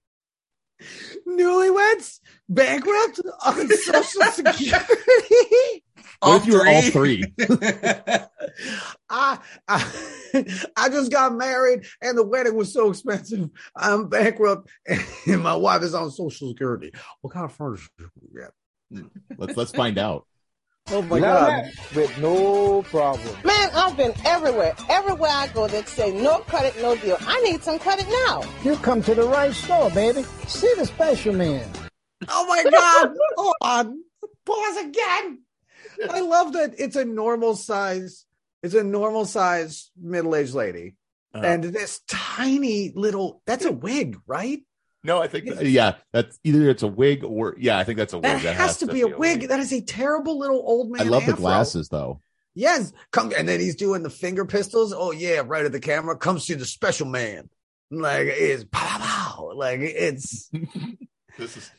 Newlyweds, bankrupt on Social Security.
What if you were all three?
I, I I just got married and the wedding was so expensive. I'm bankrupt and my wife is on Social Security. What kind of furniture do we get?
Let's let's find out.
Oh my
Now
god. With no problem.
Man, I've been everywhere. Everywhere I go, they say no credit, no deal. I need some credit now.
You come to the right store, baby. See the special man.
Oh my god. Hold on. Pause again. I love that it's a normal size, it's a normal size middle-aged lady. and this tiny little that's a wig, right?
No, I think that-
Yeah, that's either it's a wig or yeah, I think that's a wig.
That has, to, be a wig. That is a terrible little old man.
I love the
afro.
glasses though.
Yes, come and then he's doing the finger pistols. Oh yeah, right at the camera. Come see the special man. Like it's pow pow. pow. Like it's
this is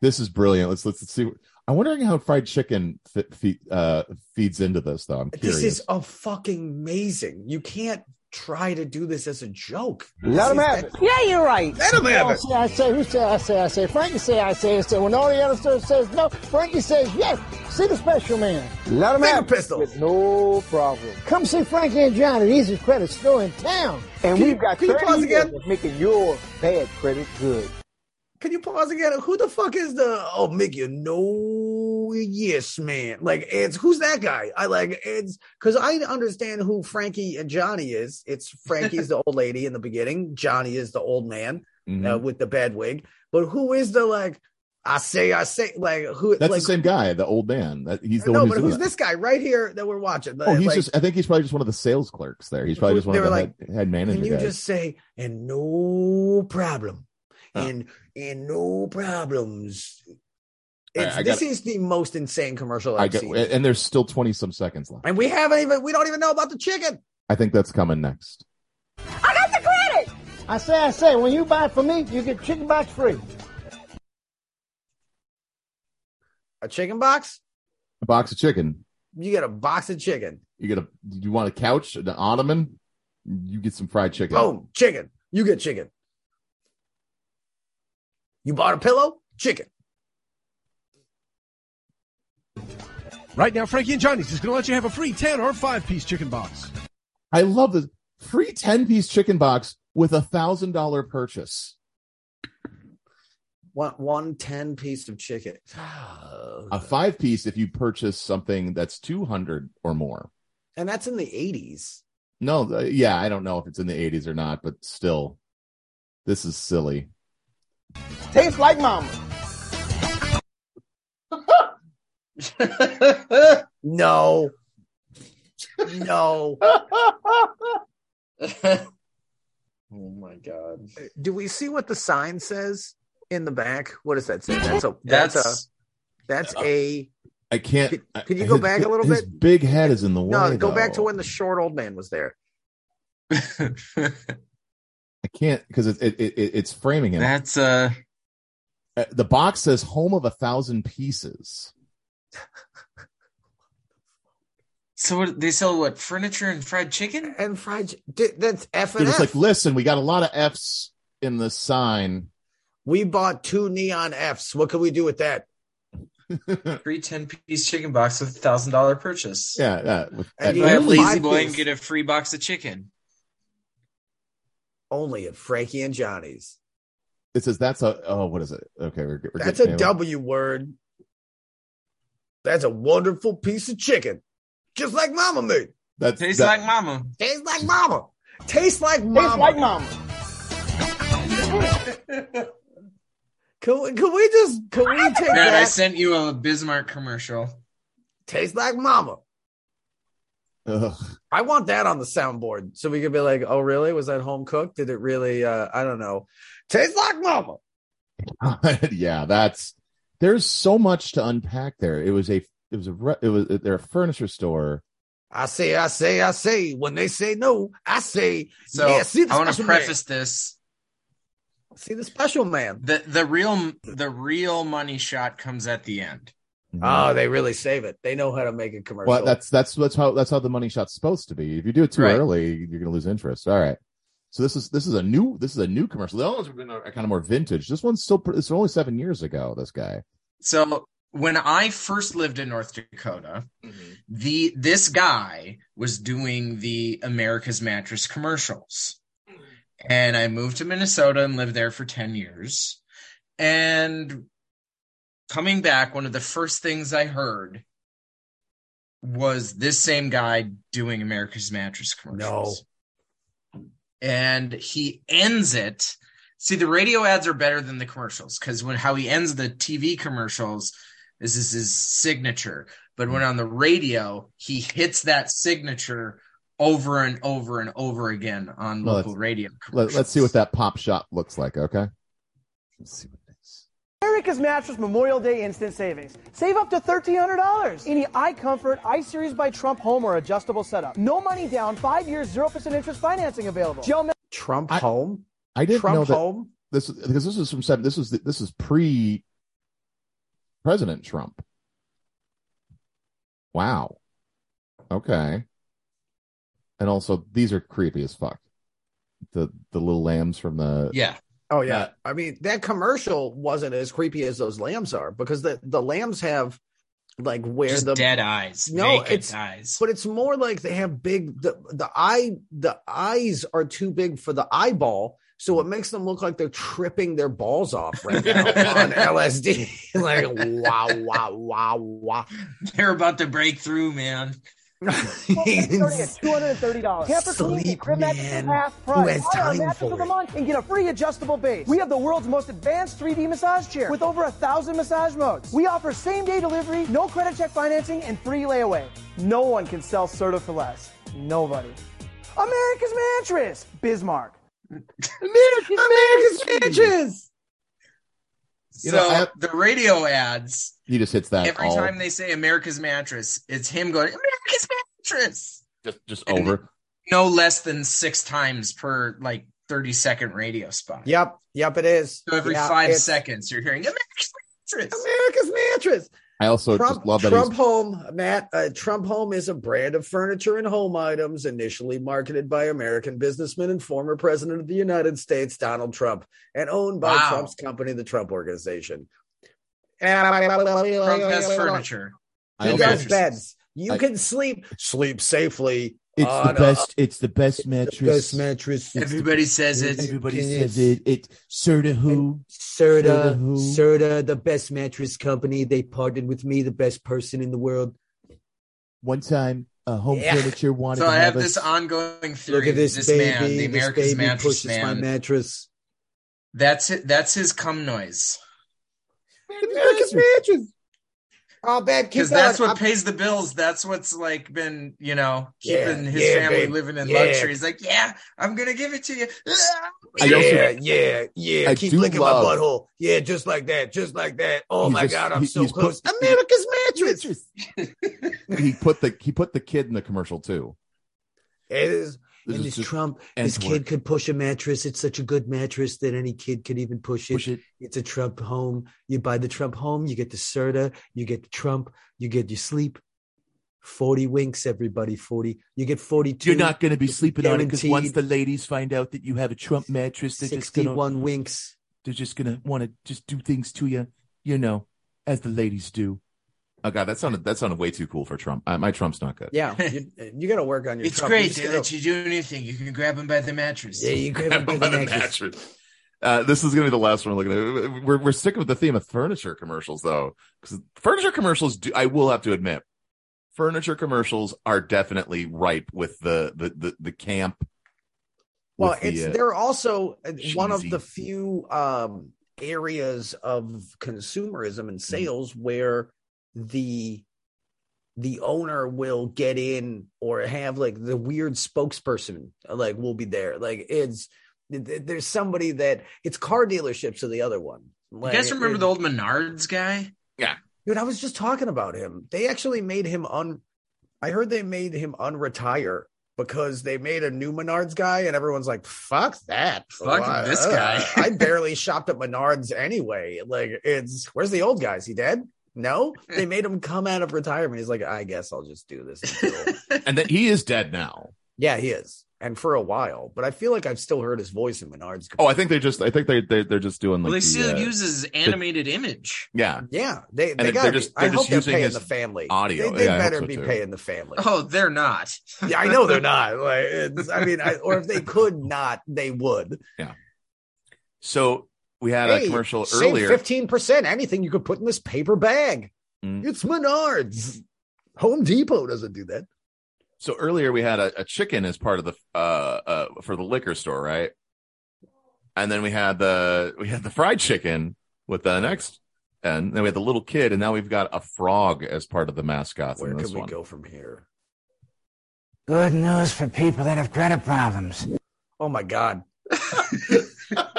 This is brilliant. Let's let's, let's see. I'm wondering how fried chicken fe- fe- uh, feeds into this though. I'm curious.
this is a fucking amazing. You can't try to do this as a joke.
Let him
This is-
have it. Yeah, you're right.
Let 'em have
I
it.
Say, I say, who say, I say, I say. Frankie say, I say, I say. When all the other stuff says no, Frankie says yes. See the special man. Let him have pistol. With no problem. Come see Frankie and Johnny, the easiest credit store in town. And
Can we've you- got can you 30 pause years again?
of making your bad credit good.
Can you pause again? Who the fuck is the oh make you no yes man? Like it's who's that guy? I like it's because I understand who Frankie and Johnny is. It's Frankie's the old lady in the beginning. Johnny is the old man uh,
Mm-hmm.
Mhm.
with the bad wig. But who is the like? I say, I say, like who?
That's
like,
the same guy, the old man. That he's the
no,
one who's
but
doing
who's
that.
this guy right here that we're watching?
Oh, he's
Like,
just. I think he's probably just one of the sales clerks there. He's probably
Who-
just one
they
of the
were
head, head manager
Can you
guys.
just say and no problem,
Huh.
and and no problems?
All right,
It's,
I
this
gotta-
is the most insane commercial
I
I've
got,
seen,
and there's still 20 some seconds left.
and we haven't even we don't even know about the chicken.
I think that's coming next.
I got the credit. I say, I say. When you buy from me, you get chicken box free.
A chicken box?
A box of chicken.
You get a box of chicken.
You get a. You want a couch, an ottoman. You get some fried chicken.
Boom, chicken. You get chicken. You bought a pillow? Chicken.
Right now, Frankie and Johnny's is going to let you have a free 10 or 5 piece chicken box.
I love this free 10 piece chicken box with a thousand dollar purchase.
One one ten piece of chicken.
A five piece if you purchase something that's 200 or more.
And that's in the 80s.
No, th- yeah, I don't know if it's in the 80s or not, but still, this is silly.
Tastes like mama.
No. No.
Oh my god.
Do we see what the sign says in the back? What does that say? That's a that's,
That's-
a that's a
I can't.
Can you go back a little
his
bit?
Big head is in the way.
no. Go back to
though.
when the short old man was there.
I can't because it, it, it, it's framing it.
That's uh
the box says home of a thousand pieces.
So what, they sell what furniture and fried chicken
and fried. chi- di- That's F
They're
and
just like,
F.
listen, we got a lot of F's in the sign.
we bought two neon Fs. What can we do with that?
Three 10 piece chicken box with a thousand dollar purchase.
Yeah, yeah. With
And you have Lazy Boy and get a free box of chicken.
Only at Frankie and Johnny's.
It says that's a oh what is it? Okay, we're, we're
That's
getting-
a W word. That's a wonderful piece of chicken, just like Mama made.
That's
Tastes
that-
like mama.
Tastes like Mama. Tastes like Mama. Tastes like Mama. Can, can we just can we take
Matt, I
that?
sent you a Bismarck commercial.
Tastes like Mama. I want that on the soundboard so we could be like, oh, really? Was that home cooked? Did it really? Uh, I don't know. Tastes like mama.
yeah, that's there's so much to unpack there. It was a it was a re- it was they're a furniture store.
I say, I say, I say. When they say no, I say,
So
yeah, see the
I want to
special
preface this.
See the special man.
The the real the real money shot comes at the end.
Man. Oh, they really save it. They know how to make a commercial.
Well, that's that's that's how that's how the money shot's supposed to be. If you do it too
Right.
early, you're going to lose interest. All right. So this is this is a new this is a new commercial. The other ones have been uh, kind of more vintage. This one's still pr- it's only seven years ago. This guy.
So when I first lived in North Dakota, the this guy was doing the America's Mattress commercials. And I moved to Minnesota and lived there for 10 years. And coming back, one of the first things I heard was this same guy doing America's Mattress commercials. No. And he ends it. See, the radio ads are better than the commercials because when how he ends the TV commercials is this his signature. But when on the radio, he hits that signature over and over and over again on
Well,
local
that's-
radio.
Let, let's see what that pop shot looks like. Okay.
America's Mattress Memorial Day Instant Savings. Save up to $1,300. Any iComfort I-Series by Trump home or adjustable setup. No money down, five years, 0% interest financing available. Gel mat-
Trump home.
I didn't
Trump
know that
home?
this because this is from seven. This is this is pre President Trump. Wow. Okay. And also, these are creepy as fuck. The the little lambs from the
Yeah.
Oh yeah. I mean, that commercial wasn't as creepy as those lambs are because the the lambs have like where
Just
the
dead eyes,
No,
naked
it's
eyes.
but it's more like they have big the the eye the eyes are too big for the eyeball, so it makes them look like they're tripping their balls off right now on LSD. like wow, wow, wow, wow.
They're about to break through, man.
starting at $230. Camper Sleep, crib mattress for half price.
Who has
Buy our
time
mattress
for
of the
it?
month and get a free adjustable base. We have the world's most advanced 3D massage chair with over a thousand massage modes. We offer same day delivery, no credit check financing, and free layaway. No one can sell Serta for less. Nobody. America's Mattress, Bismarck.
America's Mattress.
You
so
know, I-
the radio ads,
He just hits that
every
all
time they say America's Mattress, it's him going, America's Mattress.
just just
over.
No less than six times per like 30 second radio spot.
Yep, yep, it is.
So every
Yeah,
five
it's-
seconds, you're hearing America's Mattress.
America's mattress.
I also
Trump,
just love that
Trump
he's
Home, Matt. Uh, Trump Home is a brand of furniture and home items initially marketed by American businessman and former president of the United States, Donald Trump, and owned by
Wow.
Trump's company, the Trump Organization.
Trump has furniture.
I
He
also-
does beds. You
I-
can sleep sleep safely.
It's
on uh,
the
a-
best. It's the best mattress.
Oh, best mattress.
Everybody says it.
Everybody
It
says
is.
it. It Serta who
Serta,
Serta who?
Serta, the best mattress company. They partnered with me, the best person in the world.
One time, uh, home
Yeah.
furniture wanted
So
to
I have
us-
this ongoing theory.
Look at this, baby.
man, the
this
America's
baby
Mattress
pushes my
man.
mattress.
that's it. That's his cum noise.
America's mattress. Oh, babe, keep
Because that's
going.
what
I'm-
pays the bills. That's what's like been, you know,
Yeah,
keeping his
yeah,
family
babe.
living in
Yeah.
luxury. He's like, yeah, I'm gonna give it to you.
I also-
yeah, yeah, yeah.
I
Keep
do
licking
love-
my butthole. Yeah, just like that, just like that. Oh
He's
my
just-
god, I'm
he-
so
he's
close.
put-
America's mattress.
he put the he put the kid in the commercial too.
It is.
This is
and this
just
Trump,
ends
this kid
work.
could push a mattress. It's such a good mattress that any kid could even push it.
Push it.
It's a Trump home. You buy the Trump home, you get the Serta, you get the Trump, you get your sleep. 40 winks, everybody. 40. You get 42.
You're not going to be sleeping on it because once
guaranteed
the ladies find out that you have a Trump mattress, they're just going
61
to
winks.
they're just going to want to just do things to you, you know, as the ladies do.
Oh god, that sounded that sounded way too cool for Trump. Uh, my Trump's not good.
Yeah, you, you got to work on your.
It's
Trump. You
great
just
to
gotta-
let you do anything. You can grab him by the mattress.
Yeah, you grab him by
By the mattress. Uh, this is going to be the last one we're looking at. We're, we're sticking with the theme of furniture commercials, though, because furniture commercials, do, I will have to admit, furniture commercials are definitely ripe with the the the, the camp.
Well,
with the,
it's
uh,
they're also uh, one of
cheesy.
the few um, areas of consumerism
Mm-hmm.
and sales where the the owner will get in or have like the weird spokesperson uh, like will be there. Like it's th- th- there's somebody that it's car dealerships are the other one.
You
Like,
guys remember
it-
the old Menards guy?
Yeah.
Dude, I was just talking about him. They actually made him un. I heard they made him unretire because they made a new Menards guy, and everyone's like, "Fuck that!
Fuck
Why-
this
uh,
guy."
I barely shopped at Menards anyway. Like, it's where's the old guy? Is he dead? No, they made him come out of retirement. He's like, I guess I'll just do this. until-"
and that he is dead now.
yeah, he is, and for a while. But I feel like I've still heard his voice in Menards.
Oh, I think they're just. I think they they they're just doing like
Well, they
the,
still
uh,
use his animated image.
yeah.
Yeah, they
And
they
they're
got.
just-
I
they're
hope
just
they're
using
paying
his
the family
audio.
They, they
Yeah, I hope
better
so,
be
too.
paying the family.
Oh, they're not.
Yeah, I know they're not. Like, it's, I mean, I, or if they could not, they would.
So we had a commercial earlier.
Fifteen percent. Anything you could put in this paper bag.
Mm.
It's Menards. Home Depot doesn't do that.
So earlier we had a, a chicken as part of the uh, uh for the liquor store, right? And then we had the we had the fried chicken with the next, and then we had the little kid, and now we've got a frog as part of the mascots
Where
in
can
this
we
one.
go from here?
Good news for people that have credit problems.
Oh my god.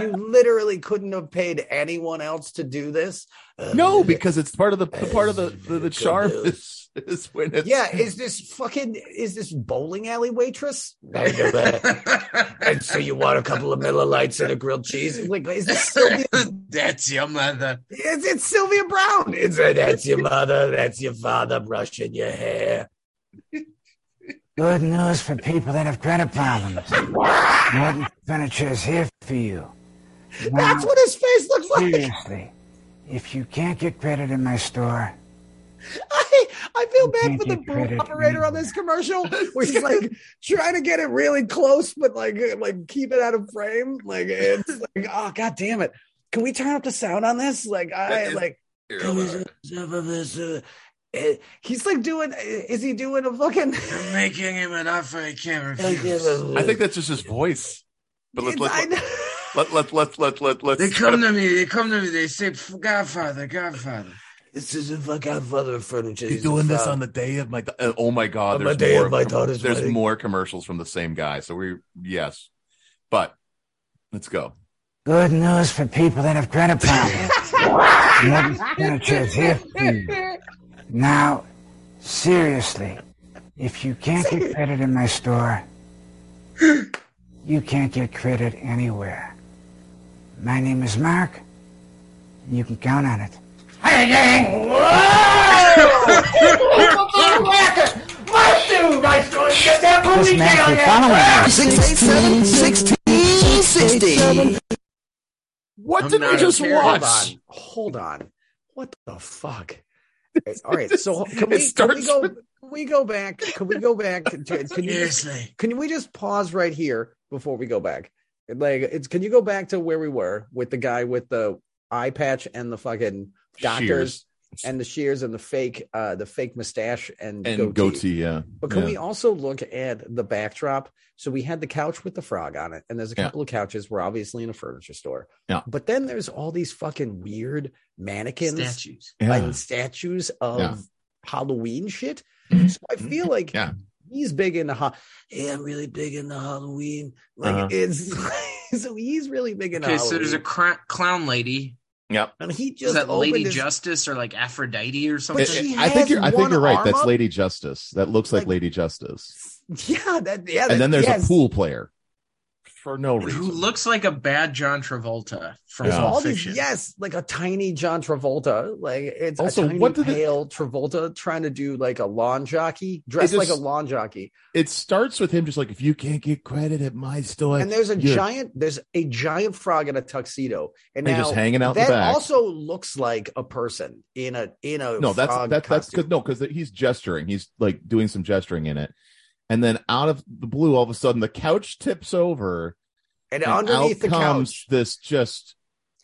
you literally couldn't have paid anyone else to do this.
No, because it's part of the, the part of the the, the charm is, is when it's
Yeah, is this fucking is this bowling alley waitress? and so you want a couple of Miller Lights and a grilled cheese? Like, is this Sylvia?
That's your mother.
It's, it's Sylvia Brown. It's a, that's your mother. That's your father brushing your hair.
Good news for people that have credit problems. Norton Furniture is here for you.
That's what his face looks like.
Seriously, if you can't get credit in my store,
I, I feel bad
can't
for the
get
boom
credit
operator on this commercial where he's like trying to get it really close, but like like keep it out of frame. Like it's like, oh god damn it. Can we turn up the sound on this? Like I
is-
like
Here,
can we
hold on.
turn up this, uh, eh, he's like doing eh, is he doing a fucking
You're making him an offer he can't refuse.
I think that's just his voice. But let's
I
let's
know.
let let let let let let
They come to me. They come to me. They say, "Godfather, Godfather."
this is a fucking father of furniture.
He's doing this on the day of my. uh, oh my God!
On
There's
the day
more.
of my
com-
daughter's
there's
wedding.
more commercials from the same guy. So we yes, but let's go.
good news for people that have credit problems. Norton Furniture is here for you. Now, seriously, if you can't get credit in my store, you can't get credit anywhere. My name is Mark, and you can count on it. Hey, gang! This match is following
16,
me.
16, 16.
What
I'm
did we
not
just
scared.
watch?
Hold on. Hold on. What the fuck? All right. So can
It
we, can we
starts
go?
with-
Can we go back? Can we go back? To, can you?
Seriously.
Can we just pause right here before we go back? Like, it's can you go back to where we were with the guy with the eye patch and the fucking doctors
Shears
and the shears and the fake, uh, the fake mustache and,
and goatee. yeah.
But can
Yeah.
we also look at the backdrop? So we had the couch with the frog on it, and there's a
Yeah.
couple of couches. We're obviously in a furniture store.
Yeah.
But then there's all these fucking weird mannequins
Statues.
Yeah.
and statues of
Yeah. Mm-hmm.
Halloween shit. So I feel like
Yeah.
he's big into ha- yeah, I'm really big into Halloween. Like
Uh-huh.
it's so he's really big into
Okay, so
Halloween.
there's a cra- clown lady.
Yep.
and he just
Is that
opened
Lady
his-
Justice or like Aphrodite or something?
But she
I
has
think you're. I think
one
you're right.
arm
That's
up.
Lady Justice. That looks like,
Like-
Lady Justice.
Yeah, that yeah. that-
And then there's
yes.
a pool player.
for no reason.
Who looks like a bad John Travolta from
It's
Pulp
all these-
Fiction?
yes, like a tiny John Travolta, like it's
Also,
a tiny
what do they-
pale Travolta trying to do like a lawn jockey, dressed
It
like a
just-
lawn jockey.
It starts with him just like, if you can't get credit at my store,
And there's a
you're-
giant, there's a giant frog in a tuxedo, and
And
now
just hanging out in the
That
back.
also looks like a person in a in a
no that's
frog
that, that's
costume.
because no because he's gesturing he's like doing some gesturing in it and then out of the blue all of a sudden the couch tips over
And underneath the couch-
this just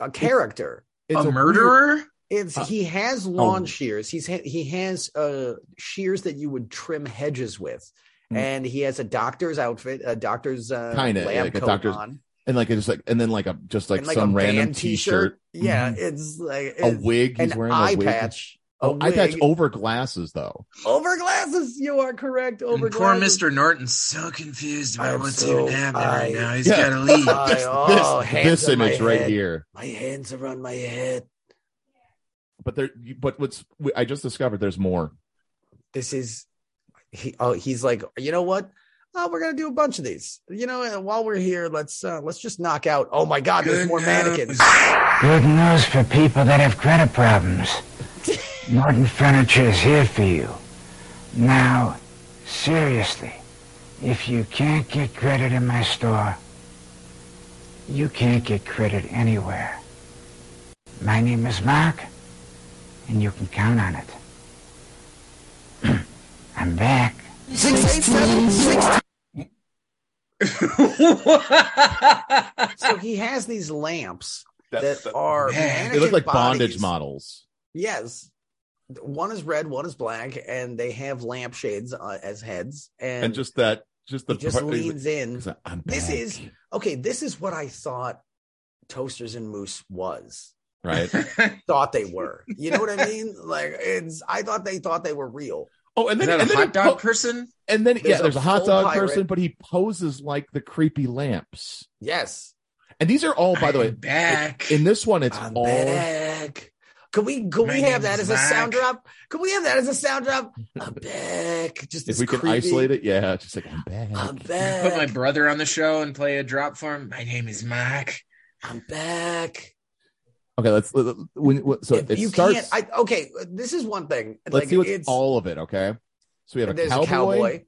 a character,
It's A a murderer?
it's
Uh,
he
oh.
has lawn shears. He's ha- he has uh shears that you would trim hedges with,
Mm.
and he has a doctor's outfit, a doctor's uh,
kind of
lab
like a
coat
doctor's
on.
and like it's like and then like a just like,
And, like,
some
a
random
band
t-shirt, Mm-hmm.
t-shirt. Yeah, it's like
a
it's
wig he's
an
wearing
eye
a wig.
patch. a
oh eye patch
wig.
over glasses though
over glasses. You are correct. Over
And poor
glasses.
Mr. Norton's so confused
I
about
am
what's
so-
even happening
I-
right now. He's
Yeah.
got to leave.
I-
This-
oh,
this-
hands
this
on my
image right
head.
here.
My hands are on my head.
but there you- but what's i just discovered there's more
This is he. Oh, he's like, you know what? Oh, we're gonna do a bunch of these. You know, and while we're here, let's uh let's just knock out. Oh my God, there's more mannequins.
Good news for people that have credit problems. Norton Furniture is here for you. Now, seriously, if you can't get credit in my store, you can't get credit anywhere. My name is Mark, and you can count on it. I'm back.
Six, eight, seven, six. so he has these lamps that, are
they look
mannequin
like
bodies.
bondage models
Yes. One is red, one is black, and they have lampshades uh, as heads.
and,
And,
just that just the
he just
part-
leans in.
he's like, I'm
this
back.
is okay. This is what I thought Toasters and Moose was.
right
Thought they were. You know what I mean? Like it's. I thought they thought they were real.
Oh, and
Is
then, and
that a
then
hot
he
dog
po-
person?
And then yeah,
There's a
there's a hot
full
dog
pirate.
person, but he poses like the creepy lamps.
Yes.
And these are all, by the way,
back
in this one. It's all
Back. Could we? Could
My
we
name's
have that as a
Mac.
sound drop? Could we have that as a sound drop? I'm back.
if
Just this
we can
creepy- Um,
isolate it, yeah, just like I'm back.
I'm
Put my
back.
brother on the show and play a drop for him. My name is Mike.
I'm back.
okay, let's let- let- when when- so
If
it
you
starts.
can't. I, okay, this is one thing.
let's see what's all of it. Okay, so we have a
There's a
cowboy,
cowboy,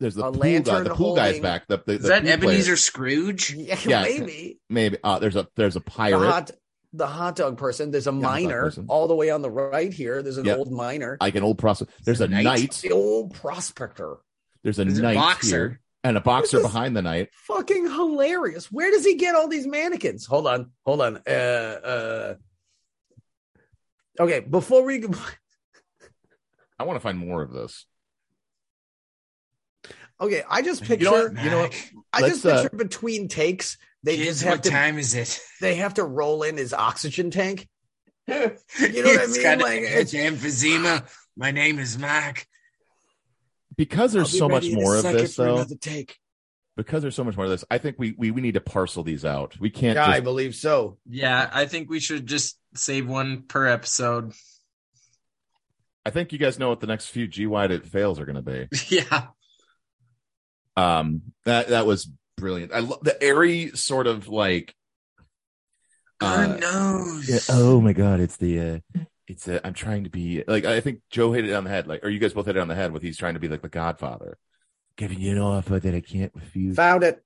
There's the
a
pool guy.
lantern
The pool guy's
holding-
back. The, the,
Is that
the pool player.
Ebenezer Scrooge?
Yeah,
Yeah.
maybe
Maybe uh, there's a there's a
the
pirate.
hot the hot dog person. There's a
hot dog
miner
person.
all the way on the right here. There's an
Yeah.
old miner.
like an old process. There's a
Knight.
knight.
The old prospector.
There's a
There's a
knight
boxer.
here, and a boxer
This is-
behind the knight.
Fucking hilarious. Where does he get all these mannequins? Hold on, hold on. Uh, uh. Okay, before we
I want to find more of this.
okay, I just picture
know what? You know what?
I just
Let's, uh,
picture between takes they
Kids,
just have
what
to
time is it?
they have to roll in his oxygen tank. You know what I
It's
mean?
got
Like,
it's
it's,
emphysema. My name is Mike.
because
I'll
there's
be
so much
ready in a
more of
second
this
for
though
another take.
because there's so much more of this i think we we, we need to parcel these out we can't
Yeah, I
just,
believe so.
Yeah, I think we should just save one per episode.
i think you guys know what the next few g wide it fails are going to be
yeah.
um that that was brilliant i love the airy sort of like uh,
God knows.
yeah, oh my god it's the uh it's uh, i'm trying to be like i think joe hit it on the head like or you guys both hit it on the head with he's trying to be like the godfather giving you an offer that i can't refuse
Found it.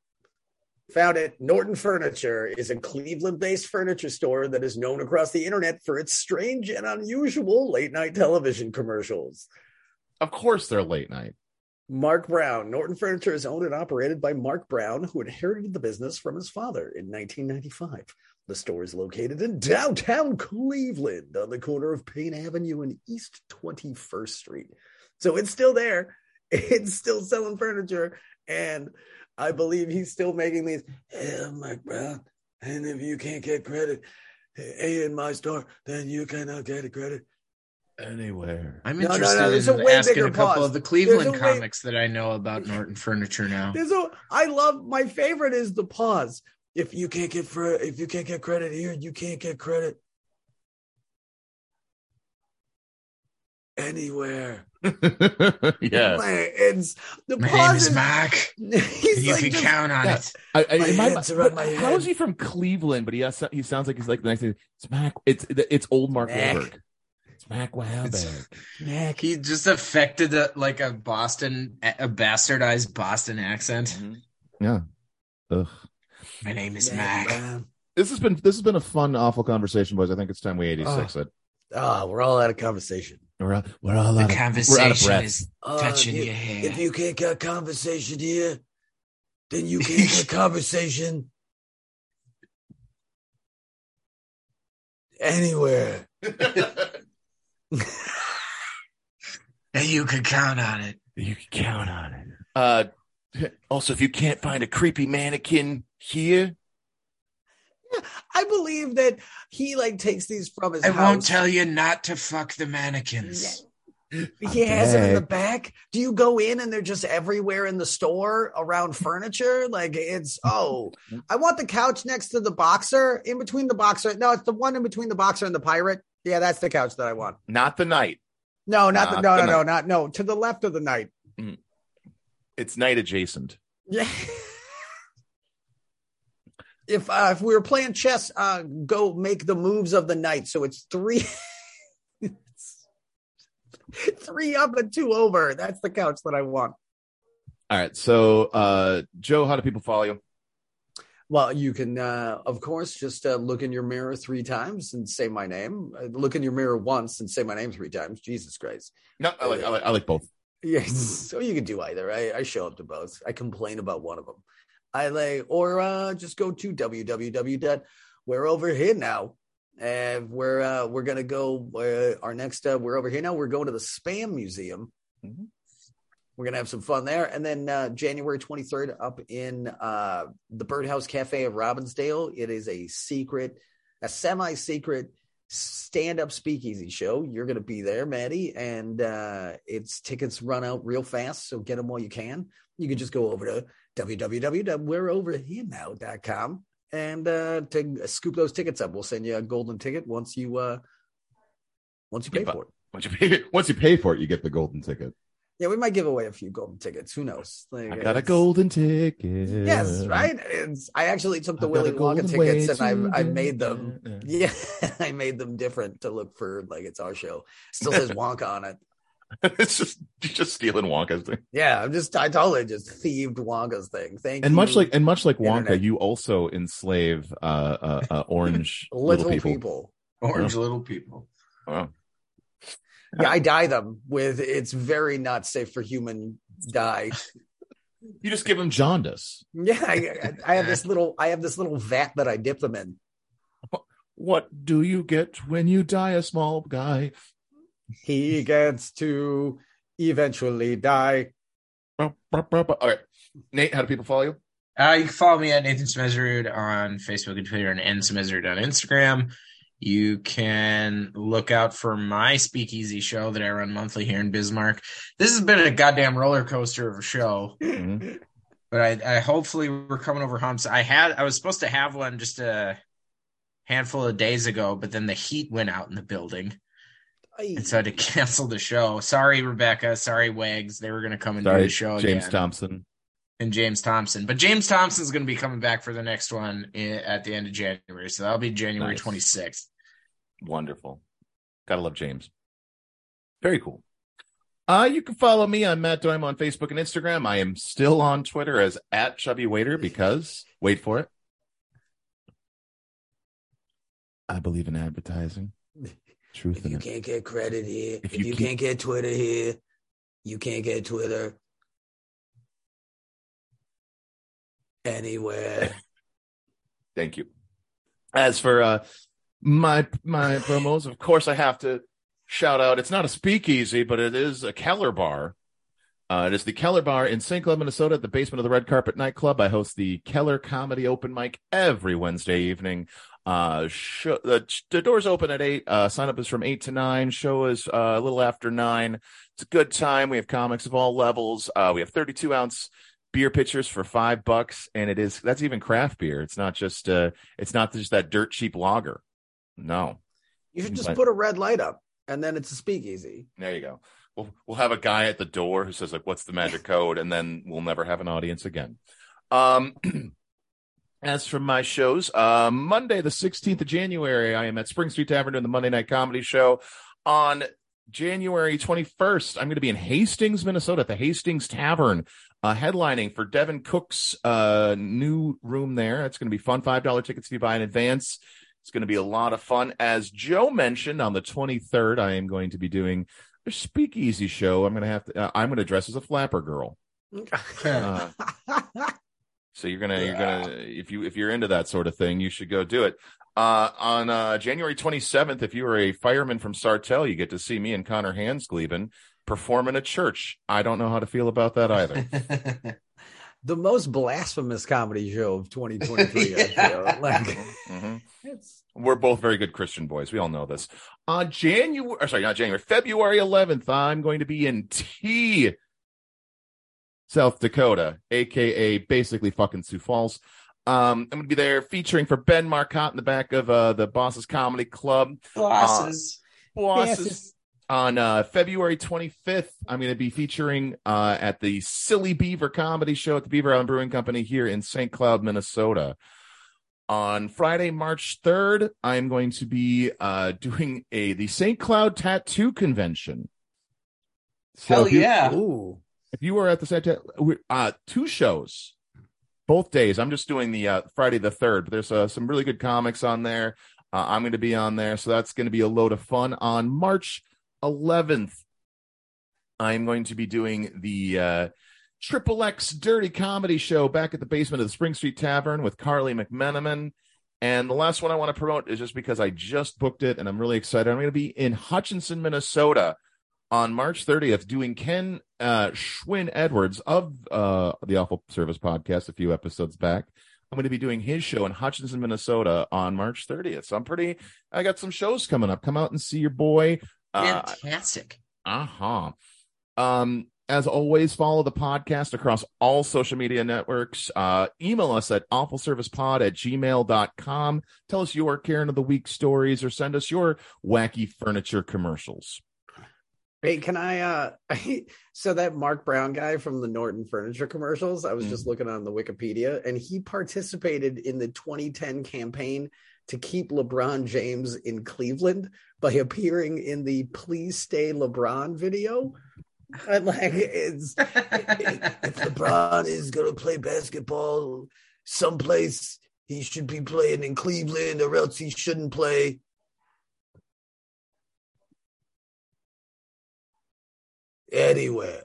Found it. Norton Furniture is a Cleveland based furniture store that is known across the internet for its strange and unusual late night television commercials.
of course they're late night
Mark Brown. Norton Furniture is owned and operated by Mark Brown, who inherited the business from his father in 1995. The store is located in downtown Cleveland on the corner of Payne Avenue and East 21st Street. So it's still there. It's still selling furniture. And I believe he's still making these. Hey, I'm Mark Brown. And if you can't get credit eh, in my store, then you cannot get a credit.
anywhere
I'm
No, no,
interested
no, there's a
in
way
asking
bigger
a couple
pause.
of the Cleveland
There's a way-
comics that I know about Norton Furniture now.
There's a, I love my favorite is the pause. If you can't get for if you can't get credit here, you can't get credit anywhere.
yeah.
Like, it's the
My name
pause
is
is-
Mac.
He's
you
like
can
just-
count on
Yeah.
it.
I, I,
My
in my-
hands are on
but
my
How
head.
is he from Cleveland? But he has, he sounds like he's like the next. thing. It's Mac. It's it's old Mark
Mac.
Wahlberg. It's Mac Wahlberg.
Mac.
He just affected a, like a Boston, a bastardized Boston accent.
Mm-hmm.
Yeah. Ugh.
My name is
Mac,
Mac.
man.
This has been this has been a fun, awful conversation, boys. I think it's time we eighty six it.
Ah, we're all out of conversation.
We're all, we're all
The
out, of, we're out of
conversation
breath.
is
Ah,
touching
if-
your hair.
If you can't get conversation here, then you can't get conversation anywhere.
And you can count on it.
You can count on it. Uh, also, if you can't find a creepy mannequin here,
I believe that he like takes these from his
I
house.
won't tell you not to fuck the mannequins.
He has them in the back. Do you go in and they're just everywhere in the store around furniture? Like it's oh, I want the couch next to the boxer, in between the boxer. No, it's the one in between the boxer and the pirate. Yeah, that's the couch that I want.
not the night.
No, not the,
Not
no,
the
no, no, not no. To the left of the night.
It's night adjacent.
Yeah. if uh, if we were playing chess, uh, go make the moves of the knight. So it's three, three up and two over. That's the couch that I want.
All right. So uh Joe, how do people follow you?
Well, you can, uh, of course, just uh, look in your mirror three times and say my name. Uh, look in your mirror once and say my name three times. Jesus Christ.
No,
I like I like, I like both.
Yes. So you can do either. I, I show up to both. I complain about one of them. I like, or uh, just go to www. We're over here now. And we're uh, we're gonna go. Uh, our next, uh, we're over here now. We're going to the Spam Museum.
Mhm.
We're gonna have some fun there, and then uh, January twenty third, up in uh, the Birdhouse Cafe of Robbinsdale. It is a secret, a semi secret stand up speakeasy show. You're going to be there, Maddie, and uh, it's tickets run out real fast, so get them while you can. You can just go over to www.we'reoverherenow.com and uh, to scoop those tickets up. We'll send you a golden ticket once you uh, once you pay
Yeah, but-
for it.
Once you pay once you pay for it, you get the golden ticket.
Yeah, we might give away a few golden tickets. Who knows? Like,
I got a
it's-
golden ticket.
Yes, right. It's, I actually took the
I've got
Willy
a
Wonka
golden
tickets
way
and I've
to
I
get
made them.
there.
Yeah, I made them different to look for like it's our show. Still says Wonka on it.
it's just you're just stealing Wonka's thing.
Yeah, I'm just I totally just thieved Wonka's thing. Thank
And
you.
much like and much like Wonka,
Internet.
you also enslave uh uh, uh orange
little, people.
Orange little people.
Wow.
Yeah, I dye them with it's very not safe for human dye.
You just give them
Jaundice.
Yeah, I, I have this little I have this little vat that I dip them in.
What do you get when you die a small guy?
He gets to eventually die.
All right, Nate, how do people follow you?
Uh, you can follow me at Nathan Smezerud on Facebook and Twitter and N Smezerud on Instagram. You can look out for my speakeasy show that I run monthly here in Bismarck. This has been a goddamn roller coaster of a show,
Mhm.
but I, I hopefully we're coming over humps. I had I was supposed to have one just a handful of days ago, but then the heat went out in the building, and so I had to cancel the show. Sorry, Rebecca. Sorry, Wags. They were going to come and do
Sorry,
the show
James
again
Thompson.
and James Thompson. But James Thompson's going to be coming back for the next one i- at the end of January. So that'll be January
Nice.
26th.
Wonderful. Gotta love James. Very cool.
Uh, you can follow me. I'm Matt Doim on Facebook and Instagram. I am still on Twitter as at Chubby Waiter because wait for it. I believe in advertising. Truth
If
in
you
it.
can't get credit here,
If
if,
you
you,
keep-
can't get Twitter here, you can't get Twitter anywhere.
Thank you. As for uh
My my promos, of course, I have to shout out. It's not a speakeasy, but it is a Keller bar. Uh, it is the Keller Bar in St. Cloud, Minnesota, at the basement of the Red Carpet Nightclub. I host the Keller Comedy Open Mic every Wednesday evening. Uh, show, the, the doors open at eight. Uh, sign up is from eight to nine. Show is uh, a little after nine. It's a good time. We have comics of all levels. Uh, we have thirty-two ounce beer pitchers for five bucks, and it is that's even craft beer. It's not just uh, it's not just that dirt cheap lager. No,
You should just
But-
put a red light up
and then it's a speakeasy.
There you go. We'll we'll have a guy at the door who says like, "What's the magic code?" and then we'll never have an audience again. Um, as for my shows, uh, Monday the sixteenth of January, I am at Spring Street Tavern doing the Monday Night Comedy Show. On January twenty first, I'm going to be in Hastings, Minnesota, at the Hastings Tavern, uh, headlining for Devin Cook's uh, new room there. It's going to be fun. Five dollar tickets if you buy in advance. It's going to be a lot of fun. As Joe mentioned, on the 23rd, I am going to be doing a speakeasy show. I'm going to have to, uh, I'm going to dress as a flapper girl. Uh, so you're going to, you're going to, if you, if you're into that sort of thing, you should go do it. Uh, on uh, January 27th, if you are a fireman from Sartell, you get to see me and Connor Hansgleben perform in a church. I don't know how to feel about that either.
The most blasphemous comedy show of 2023. I feel like
Mhm. We're both very good Christian boys. We all know this. On January, or sorry, not January, February 11th, I'm going to be in T, South Dakota, aka basically fucking Sioux Falls. Um, I'm going to be there featuring for Ben Marcotte in the back of uh, the Bosses Comedy Club.
Bosses.
Uh, bosses. On uh, February 25th, I'm going to be featuring uh, at the Silly Beaver Comedy Show at the Beaver Island Brewing Company here in St. Cloud, Minnesota on Friday, March 3rd, I'm going to be uh, doing a the St. Cloud Tattoo Convention.
Hell
if you-
yeah.
Ooh.
If you are at the St. Tat- we- uh, two shows, both days. I'm just doing the uh, Friday the 3rd, but there's uh, some really good comics on there. Uh, I'm going to be on there. So that's going to be a load of fun. On March 11th, I'm going to be doing the uh, Triple X Dirty Comedy Show back at the basement of the Spring Street Tavern with Carly McMenamin. And the last one I want to promote is just because I just booked it and I'm really excited. I'm going to be in Hutchinson, Minnesota on March 30th doing Ken uh, Schwinn Edwards of uh, the Awful Service podcast a few episodes back. I'm going to be doing his show in Hutchinson, Minnesota on March 30th. So I'm pretty, I got some shows coming up. Come out and see your boy. Uh,
Fantastic.
uh-huh. Um, as always, follow the podcast across all social media networks. Uh, email us at awfulservicepod at gmail.com. Tell us your Karen of the Week stories or send us your wacky furniture commercials.
Hey, can I? uh So that Mark Brown guy from the Norton Furniture commercials, I was just looking on the Wikipedia, and he participated in the 2010 campaign to keep LeBron James in Cleveland by appearing in the "Please Stay LeBron" video. I'm like, it's, if LeBron is going to play basketball someplace, he should be playing in Cleveland, or else he shouldn't play. anywhere.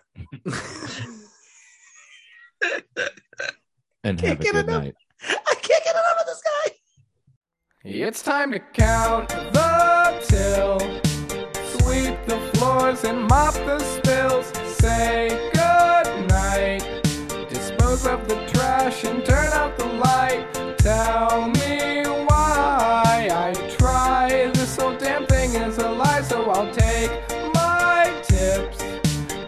And have a
Can't get
good
enough.
night.
I can't get enough of this guy. It's time to count the till, sweep the floors and mop the spills. Say good night, dispose of the trash and turn out the light. Tell me why I try. This whole damn thing is a lie, so I'll take my tips.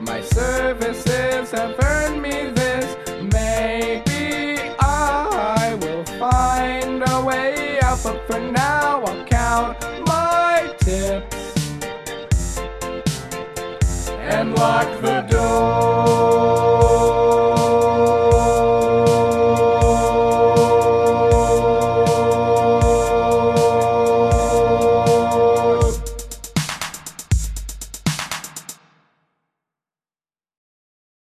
My services have earned me this. Maybe I will find a way out, but for now I'll count my tips and lock the door.